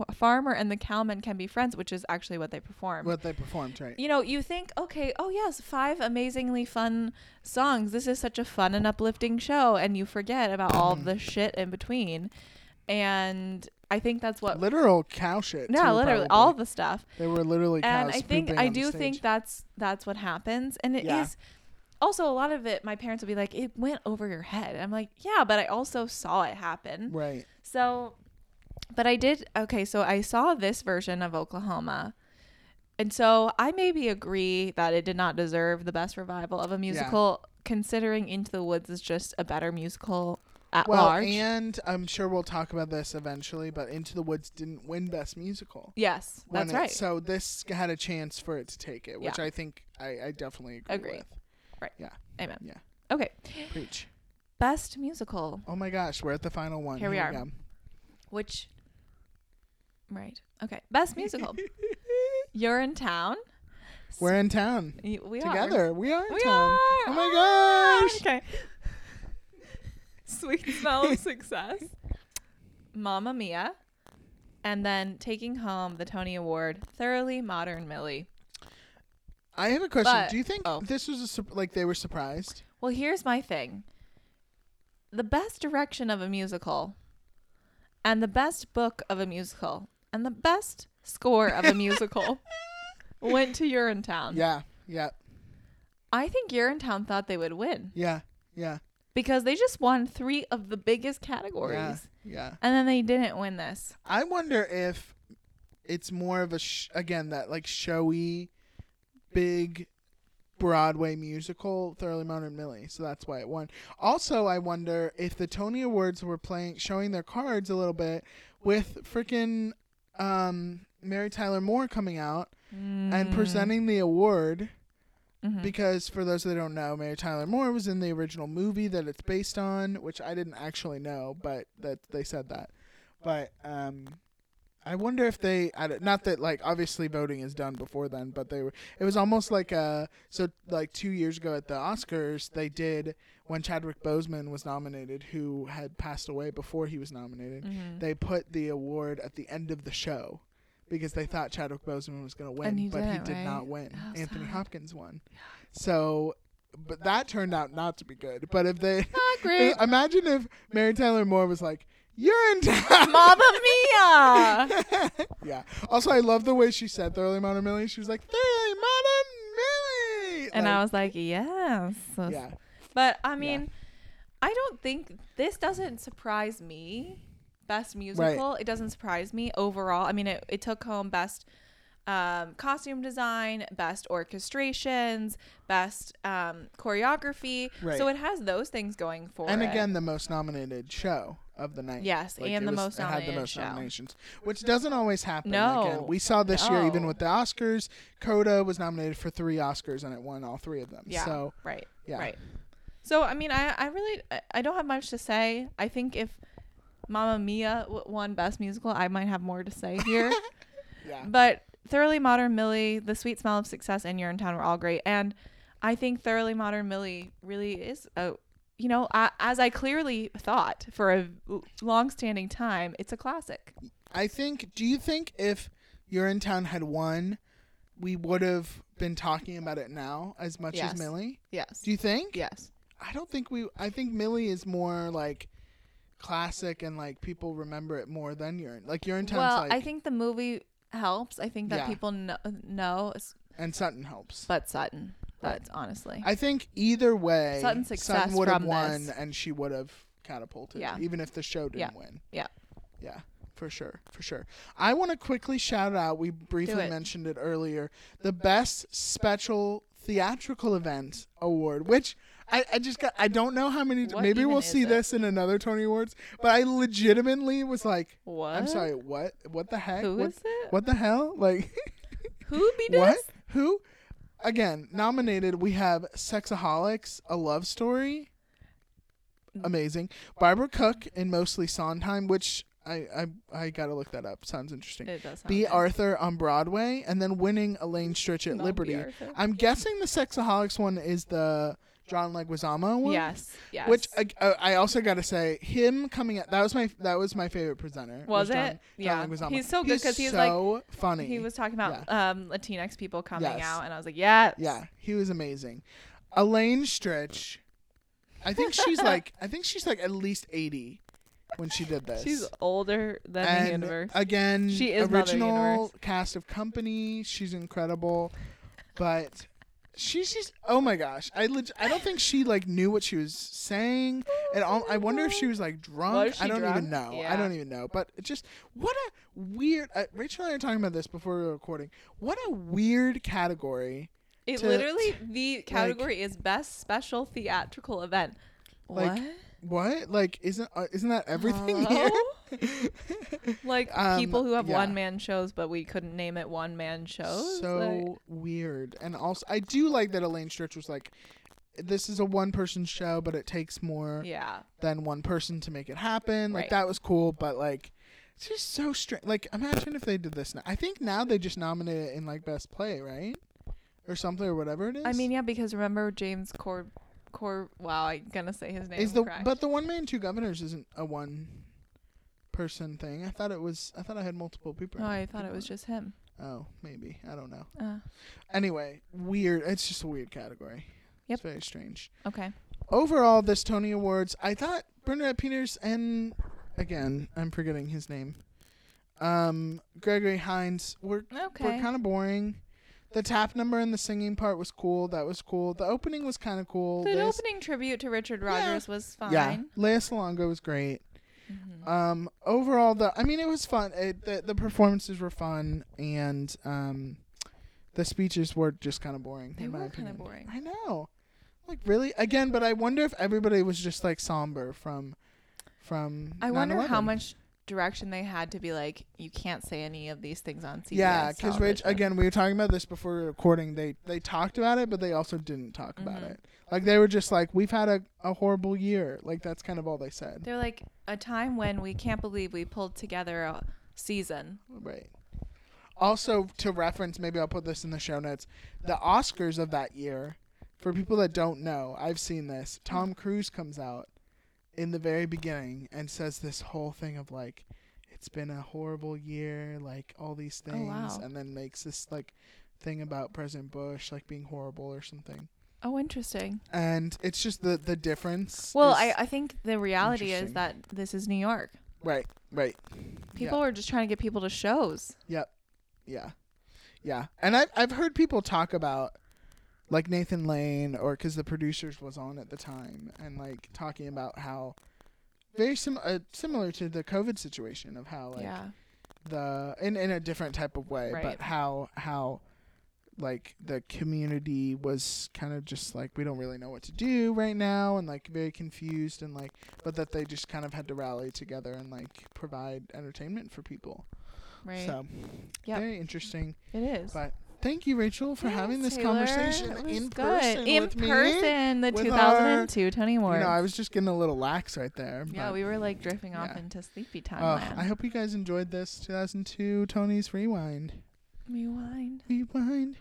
Speaker 3: f- farmer and the cowman can be friends, which is actually what they perform
Speaker 2: What they performed, right?
Speaker 3: you know, you think, okay, oh yes, five amazingly fun songs. This is such a fun and uplifting show, and you forget about all
Speaker 2: Mm.
Speaker 3: of the shit in between. And I think that's what.
Speaker 2: Literal cow shit.
Speaker 3: no,
Speaker 2: too,
Speaker 3: literally
Speaker 2: probably.
Speaker 3: all the stuff.
Speaker 2: They were literally cows.
Speaker 3: and I think
Speaker 2: pooping
Speaker 3: I
Speaker 2: on the
Speaker 3: do
Speaker 2: stage.
Speaker 3: think that's that's what happens, and it is
Speaker 2: Yeah.
Speaker 3: also a lot of it. My parents would be like, "It went over your head." I'm like, "Yeah," but I also saw it happen.
Speaker 2: Right.
Speaker 3: So, but I did. Okay, so I saw this version of Oklahoma. And so I maybe agree that it did not deserve the best revival of a musical, considering Into the Woods is just a better musical at
Speaker 2: Well,
Speaker 3: large.
Speaker 2: and I'm sure we'll talk about this eventually, but Into the Woods didn't win Best Musical.
Speaker 3: yes,
Speaker 2: when
Speaker 3: that's
Speaker 2: it-
Speaker 3: right.
Speaker 2: So this had a chance for it to take it, which I think I, I definitely agree,
Speaker 3: Agree. Amen.
Speaker 2: yeah.
Speaker 3: Okay.
Speaker 2: with. Preach.
Speaker 3: Best musical,
Speaker 2: Oh my gosh, we're at the final one.
Speaker 3: Here we are.
Speaker 2: go.
Speaker 3: which. Right. Okay. Best musical. You're in town.
Speaker 2: We're in town
Speaker 3: Y- We are.
Speaker 2: together. We are in
Speaker 3: We
Speaker 2: town.
Speaker 3: are.
Speaker 2: Oh my gosh.
Speaker 3: Okay. Sweet smell of success. Mamma Mia. And then taking home the Tony Award, Thoroughly Modern Millie.
Speaker 2: I have a question.
Speaker 3: But-
Speaker 2: Do you think
Speaker 3: oh.
Speaker 2: this was a sur- like they were surprised?
Speaker 3: Well, here's my thing the best direction of a musical, and the best book of a musical, and the best score of a musical went to Urinetown.
Speaker 2: Yeah. Yeah.
Speaker 3: I think Urinetown thought they would win
Speaker 2: Yeah. Yeah.
Speaker 3: because they just won three of the biggest categories.
Speaker 2: Yeah. Yeah.
Speaker 3: And then they didn't win this.
Speaker 2: I wonder if it's more of a sh- again that like showy, big, Broadway musical, Thoroughly Modern Millie. So that's why it won. Also, I wonder if the Tony Awards were playing showing their cards a little bit with freaking um, Mary Tyler Moore coming out and presenting the award.
Speaker 3: Mhm.
Speaker 2: Because for those that don't know, Mary Tyler Moore was in the original movie that it's based on, which I didn't actually know, but that they said that. But um, I wonder if they I don't- not that like obviously voting is done before then, but they were it was almost like uh so like two years ago at the Oscars they did when Chadwick Boseman was nominated, who had passed away before he was nominated.
Speaker 3: Mhm.
Speaker 2: They put the award at the end of the show because they thought Chadwick Boseman was going to win,
Speaker 3: And he
Speaker 2: but he
Speaker 3: didn't,
Speaker 2: did
Speaker 3: right?
Speaker 2: not win.
Speaker 3: Oh,
Speaker 2: Anthony
Speaker 3: sad.
Speaker 2: Hopkins won. So, but that turned out not to be good. But if they
Speaker 3: Not great.
Speaker 2: imagine if Mary Tyler Moore was like, "You're in town."
Speaker 3: Mamma Mia!
Speaker 2: yeah. Also, I love the way she said "Thoroughly Modern Millie." She was like "Thoroughly Modern Millie,"
Speaker 3: and I
Speaker 2: Like,
Speaker 3: was like, yes.
Speaker 2: "Yeah,
Speaker 3: But I mean, I don't think this doesn't surprise me. Best musical, it doesn't surprise me overall. I mean, it, it took home best um, costume design, best orchestrations, best um, choreography. So
Speaker 2: Right.
Speaker 3: it has those things going for
Speaker 2: and
Speaker 3: it.
Speaker 2: again, the most nominated show of the night."
Speaker 3: Yes,
Speaker 2: Like,
Speaker 3: and
Speaker 2: it
Speaker 3: the
Speaker 2: was-
Speaker 3: most
Speaker 2: it had the
Speaker 3: nominated
Speaker 2: most
Speaker 3: show.
Speaker 2: nominations, which doesn't always happen.
Speaker 3: No.
Speaker 2: Again, we saw this year, even
Speaker 3: No.
Speaker 2: with the Oscars, Coda was nominated for three Oscars and it won all three of them.
Speaker 3: Yeah.
Speaker 2: So
Speaker 3: right.
Speaker 2: yeah,
Speaker 3: Right. So I mean, I I really I- I don't have much to say. I think if Mamma Mia w- won Best Musical, I might have more to say here.
Speaker 2: yeah,
Speaker 3: but Thoroughly Modern Millie, The Sweet Smell of Success, and You're in Town were all great, and I think Thoroughly Modern Millie really is a you know, I, as I clearly thought for a long-standing time, it's a classic.
Speaker 2: I think. Do you think if You're in Town had won, we would have been talking about it now as much
Speaker 3: Yes.
Speaker 2: as Millie?
Speaker 3: Yes.
Speaker 2: Do you think?
Speaker 3: yes.
Speaker 2: I don't think we. I think Millie is more like classic and like people remember it more than Urine. Like Urinetown's
Speaker 3: Well,
Speaker 2: like
Speaker 3: I think the movie helps. I think that
Speaker 2: Yeah.
Speaker 3: people know, know, s-
Speaker 2: and Sutton helps.
Speaker 3: but Sutton. That's honestly.
Speaker 2: I think either way, Sutton,
Speaker 3: Sutton success
Speaker 2: would have
Speaker 3: from
Speaker 2: won
Speaker 3: this.
Speaker 2: and she would have catapulted.
Speaker 3: Yeah.
Speaker 2: Even if the show didn't
Speaker 3: Yeah.
Speaker 2: win.
Speaker 3: Yeah.
Speaker 2: Yeah. For sure. For sure. I want to quickly shout out. We briefly
Speaker 3: it.
Speaker 2: mentioned it earlier. The best special theatrical event award, which. I, I just got I don't know how many
Speaker 3: What
Speaker 2: maybe
Speaker 3: even
Speaker 2: we'll
Speaker 3: is
Speaker 2: see
Speaker 3: it?
Speaker 2: this in another Tony Awards, but I legitimately was like
Speaker 3: What?
Speaker 2: I'm sorry, what what the heck?
Speaker 3: Who
Speaker 2: what,
Speaker 3: is it?
Speaker 2: What the hell? Like
Speaker 3: Who be this?
Speaker 2: What? Who? Again, nominated, we have Sexaholics, A Love Story.
Speaker 3: Mm-hmm.
Speaker 2: Amazing. Barbara Cook in Mostly Sondheim, which I, I, I gotta look that up. Sounds interesting.
Speaker 3: It does sound
Speaker 2: B.
Speaker 3: nice.
Speaker 2: Arthur on Broadway, and then winning Elaine Stritch at
Speaker 3: Not B.
Speaker 2: Liberty.
Speaker 3: Arthur.
Speaker 2: I'm guessing the Sexaholics one is the John Leguizamo one.
Speaker 3: Yes. Yes.
Speaker 2: Which I, uh, I also got to say, him coming out that was my that was my favorite presenter.
Speaker 3: Was
Speaker 2: John-
Speaker 3: it?
Speaker 2: John
Speaker 3: Yeah.
Speaker 2: Leguizamo.
Speaker 3: He's so good 'cause he's, like-
Speaker 2: so funny.
Speaker 3: he was talking about um, Latinx people coming
Speaker 2: Yes.
Speaker 3: out, and I was like, yes.
Speaker 2: Yeah, he was amazing. Elaine Stritch, I think she's like I think she's like at least eighty when she did this.
Speaker 3: She's older than
Speaker 2: and
Speaker 3: the universe.
Speaker 2: again,
Speaker 3: She is Mother
Speaker 2: original
Speaker 3: Universe.
Speaker 2: cast of company. She's incredible, but she's just oh my gosh! I leg- I don't think she like knew what she was saying, and all, I wonder if she was like drunk.
Speaker 3: Was
Speaker 2: I
Speaker 3: she
Speaker 2: don't even
Speaker 3: drunk?
Speaker 2: know.
Speaker 3: Yeah.
Speaker 2: I don't even know. But it just what a weird. Uh, Rachel and I are talking about this before we were recording. What a weird category.
Speaker 3: it
Speaker 2: to-
Speaker 3: literally the category is best special theatrical event.
Speaker 2: Like,
Speaker 3: what?
Speaker 2: What? Like, isn't uh, isn't that everything
Speaker 3: Hello?
Speaker 2: here?
Speaker 3: Like
Speaker 2: Um,
Speaker 3: people who have
Speaker 2: yeah.
Speaker 3: one man shows, but we couldn't name it one man shows.
Speaker 2: so
Speaker 3: like-
Speaker 2: weird. And also, I do like that Elaine Stritch was like, "This is a one-person show, but it takes more
Speaker 3: yeah,
Speaker 2: than one person to make it happen." Like
Speaker 3: Right.
Speaker 2: that was cool, but like, it's just so strange. Like, imagine if they did this now. I think now they just nominate it in like best play, right, or something, or whatever it is.
Speaker 3: I mean, yeah, because remember James Cor, Cor. Wow, I'm gonna say his name.
Speaker 2: is the
Speaker 3: correct.
Speaker 2: but the one man two governors isn't a one person thing. I thought it was. I thought I had multiple people.
Speaker 3: no, Oh, I thought it was
Speaker 2: people.
Speaker 3: just him.
Speaker 2: Oh, maybe I don't know.
Speaker 3: Uh,
Speaker 2: Anyway, weird. It's just a weird category.
Speaker 3: Yep.
Speaker 2: It's very strange.
Speaker 3: okay.
Speaker 2: Overall, this Tony Awards, I thought Bernadette Peters and again, I'm forgetting his name. Um, Gregory Hines were
Speaker 3: Okay.
Speaker 2: were kind of boring. The tap number and the singing part was cool. That was cool. The opening was kind of cool.
Speaker 3: The
Speaker 2: Leia-
Speaker 3: opening tribute to Richard Rogers was fine.
Speaker 2: yeah, Leia Salonga was great.
Speaker 3: Mhm.
Speaker 2: Um, overall, the I mean, it was fun. It, the the performances were fun, and um, the speeches were just kind of boring.
Speaker 3: They
Speaker 2: in my
Speaker 3: were kinda
Speaker 2: opinion.
Speaker 3: boring.
Speaker 2: I know, like really again. But I wonder if everybody was just like somber from from.
Speaker 3: I wonder how
Speaker 2: 9/11.
Speaker 3: much direction they had to be like, you can't say any of these things on CBS.
Speaker 2: Yeah, because Rich
Speaker 3: television."
Speaker 2: again, we were talking about this before we were recording. They they talked about it, but they also didn't talk about
Speaker 3: Mhm.
Speaker 2: it. Like they were just like, we've had a, a horrible year. Like that's kind of all they said.
Speaker 3: They're like a time when we can't believe we pulled together a season.
Speaker 2: Right. Also, to reference, maybe I'll put this in the show notes. The Oscars of that year, for people that don't know, I've seen this. Tom Cruise comes out in the very beginning and says this whole thing of like, it's been a horrible year, like all these
Speaker 3: Oh,
Speaker 2: things,
Speaker 3: wow.
Speaker 2: and then makes this like thing about President Bush like being horrible or something.
Speaker 3: Oh, interesting.
Speaker 2: And it's just the the difference.
Speaker 3: Well,
Speaker 2: is-
Speaker 3: I, I think the reality is
Speaker 2: Interesting.
Speaker 3: that this is New York.
Speaker 2: right right
Speaker 3: People are just trying to get people to shows.
Speaker 2: Yeah. Yeah. And I've, I've heard people talk about like Nathan Lane or because the producers was on at the time and like talking about how very sim- uh, similar to the COVID situation of how like
Speaker 3: yeah.
Speaker 2: the in, in a different type of way,
Speaker 3: Right.
Speaker 2: but how how like the community was kind of just like we don't really know what to do right now and like very confused and like but that they just kind of had to rally together and like provide entertainment for people.
Speaker 3: Right.
Speaker 2: So
Speaker 3: Yep.
Speaker 2: very interesting.
Speaker 3: it is.
Speaker 2: But thank you, Rachel, for having this
Speaker 3: Thanks, Taylor.
Speaker 2: conversation
Speaker 3: It was
Speaker 2: in
Speaker 3: good.
Speaker 2: person
Speaker 3: In
Speaker 2: with me.
Speaker 3: person, the
Speaker 2: with
Speaker 3: 2002 Tony
Speaker 2: You
Speaker 3: Awards.
Speaker 2: know, I was just getting a little lax right there.
Speaker 3: yeah,
Speaker 2: but-
Speaker 3: we were like drifting off
Speaker 2: yeah.
Speaker 3: into sleepy time
Speaker 2: Ugh,
Speaker 3: land.
Speaker 2: I hope you guys enjoyed this 2002 Tony's Rewind.
Speaker 3: Rewind.
Speaker 2: Rewind.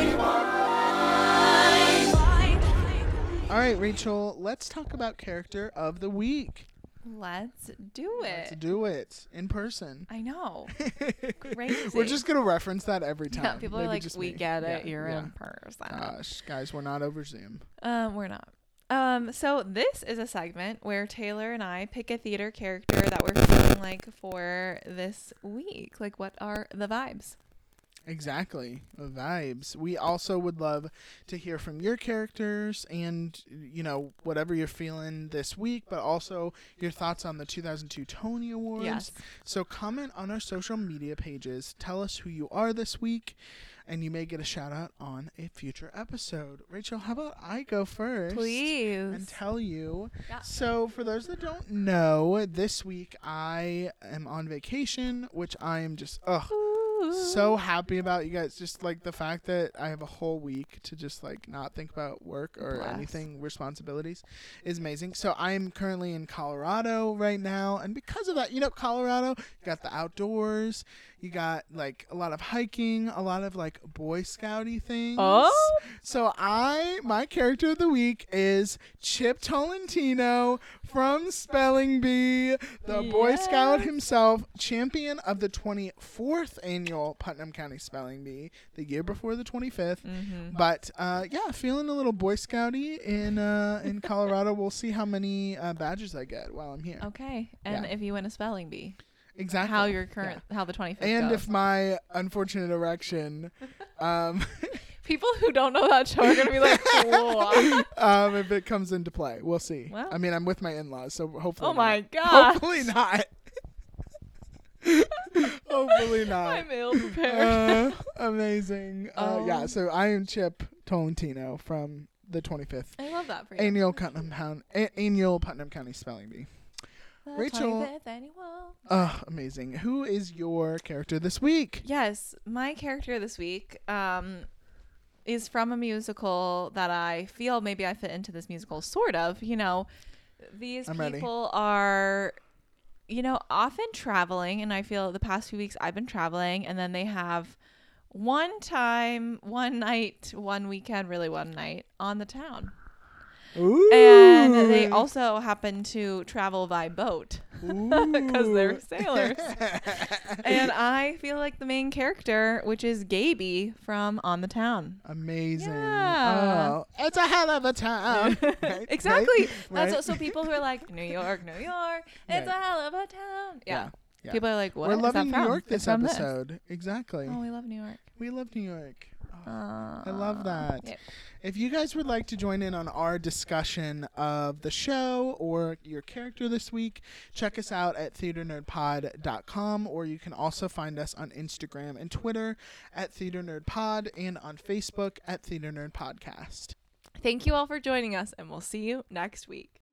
Speaker 2: All right, Rachel, let's talk about character of the week.
Speaker 3: Let's do
Speaker 2: Let's
Speaker 3: it.
Speaker 2: do it in person.
Speaker 3: I know.
Speaker 2: We're
Speaker 3: Crazy.
Speaker 2: just going to reference that every time.
Speaker 3: Yeah, people are
Speaker 2: Maybe
Speaker 3: like,
Speaker 2: just
Speaker 3: we
Speaker 2: me.
Speaker 3: get
Speaker 2: Yeah,
Speaker 3: it. You're
Speaker 2: yeah. Uh,
Speaker 3: in person.
Speaker 2: Gosh, guys, we're not over Zoom.
Speaker 3: Um, we're not. Um, so this is a segment where Taylor and I pick a theater character that we're feeling like for this week. Like, what are the vibes?
Speaker 2: Exactly. The vibes. We also would love to hear from your characters and, you know, whatever you're feeling this week, but also your thoughts on the 2002 Tony Awards.
Speaker 3: Yes.
Speaker 2: So comment on our social media pages. Tell us who you are this week, and you may get a shout out on a future episode. Rachel, how about I go first? and
Speaker 3: Please.
Speaker 2: tell you.
Speaker 3: Yeah.
Speaker 2: So, for those that don't know, this week I am on vacation, which I am just ugh, so happy about. You guys just like the fact that I have a whole week to just like not think about work or
Speaker 3: Bless.
Speaker 2: anything responsibilities is amazing. So, I am currently in Colorado right now, and because of that, you know, Colorado you got the outdoors, you got like a lot of hiking, a lot of like Boy Scouty things.
Speaker 3: Oh.
Speaker 2: So I my character of the week is Chip Tolentino from Spelling Bee, the Boy
Speaker 3: Yes.
Speaker 2: Scout himself, champion of the 24th annual Putnam County Spelling Bee, the year before the 25th.
Speaker 3: Mm-hmm.
Speaker 2: But uh, yeah, feeling a little Boy Scouty in uh, in Colorado. we'll see how many uh, badges I get while I'm here.
Speaker 3: Okay. And
Speaker 2: Yeah.
Speaker 3: if you win a spelling bee,
Speaker 2: Exactly.
Speaker 3: how your current, how the 25th
Speaker 2: and
Speaker 3: goes.
Speaker 2: if my unfortunate erection, um,
Speaker 3: People who don't know that show are going to be like, "Whoa."
Speaker 2: um, if it comes into play. We'll see.
Speaker 3: Well.
Speaker 2: I mean, I'm with my in-laws, so hopefully.
Speaker 3: oh my
Speaker 2: not.
Speaker 3: God.
Speaker 2: Hopefully not. hopefully not.
Speaker 3: I'm ill prepared.
Speaker 2: Uh, amazing. Uh, yeah.
Speaker 3: Um,
Speaker 2: So I am Chip Tolentino from the 25th
Speaker 3: I love that for you.
Speaker 2: annual Putnam Pound a- annual Putnam County Spelling Bee.
Speaker 3: The
Speaker 2: Rachel-
Speaker 3: 25th annual.
Speaker 2: Ugh, amazing. Who is your character this week?
Speaker 3: Yes, my character this week um, is from a musical that I feel maybe I fit into this musical, sort of. You know, these
Speaker 2: I'm ready.
Speaker 3: people are, you know, often traveling, and I feel the past few weeks I've been traveling, and then they have one time, one night, one weekend, really one night on the town.
Speaker 2: Ooh.
Speaker 3: And they also happen to travel by boat because they're sailors. and I feel like the main character, which is Gaby from On the Town.
Speaker 2: Amazing.
Speaker 3: Yeah.
Speaker 2: Oh, it's a hell of a time. Right, right,
Speaker 3: Um, Exactly.
Speaker 2: right.
Speaker 3: That's what, so people who are like New York, New York, it's a
Speaker 2: Right.
Speaker 3: hell of a town. Yeah.
Speaker 2: Yeah, yeah.
Speaker 3: People are like, what?
Speaker 2: We're
Speaker 3: is
Speaker 2: loving
Speaker 3: that
Speaker 2: New
Speaker 3: from?
Speaker 2: York
Speaker 3: It's
Speaker 2: this
Speaker 3: from
Speaker 2: episode. Exactly.
Speaker 3: Oh, we love New York.
Speaker 2: We love New York. Oh.
Speaker 3: I
Speaker 2: love that. If you guys would like to join in on our discussion of the show or your character this week, check us out at theaternerdpod.com or you can also find us on Instagram and Twitter at Theater Nerd Pod and on Facebook at Theater Nerd Podcast.
Speaker 3: Thank you all for joining us, and we'll see you next week.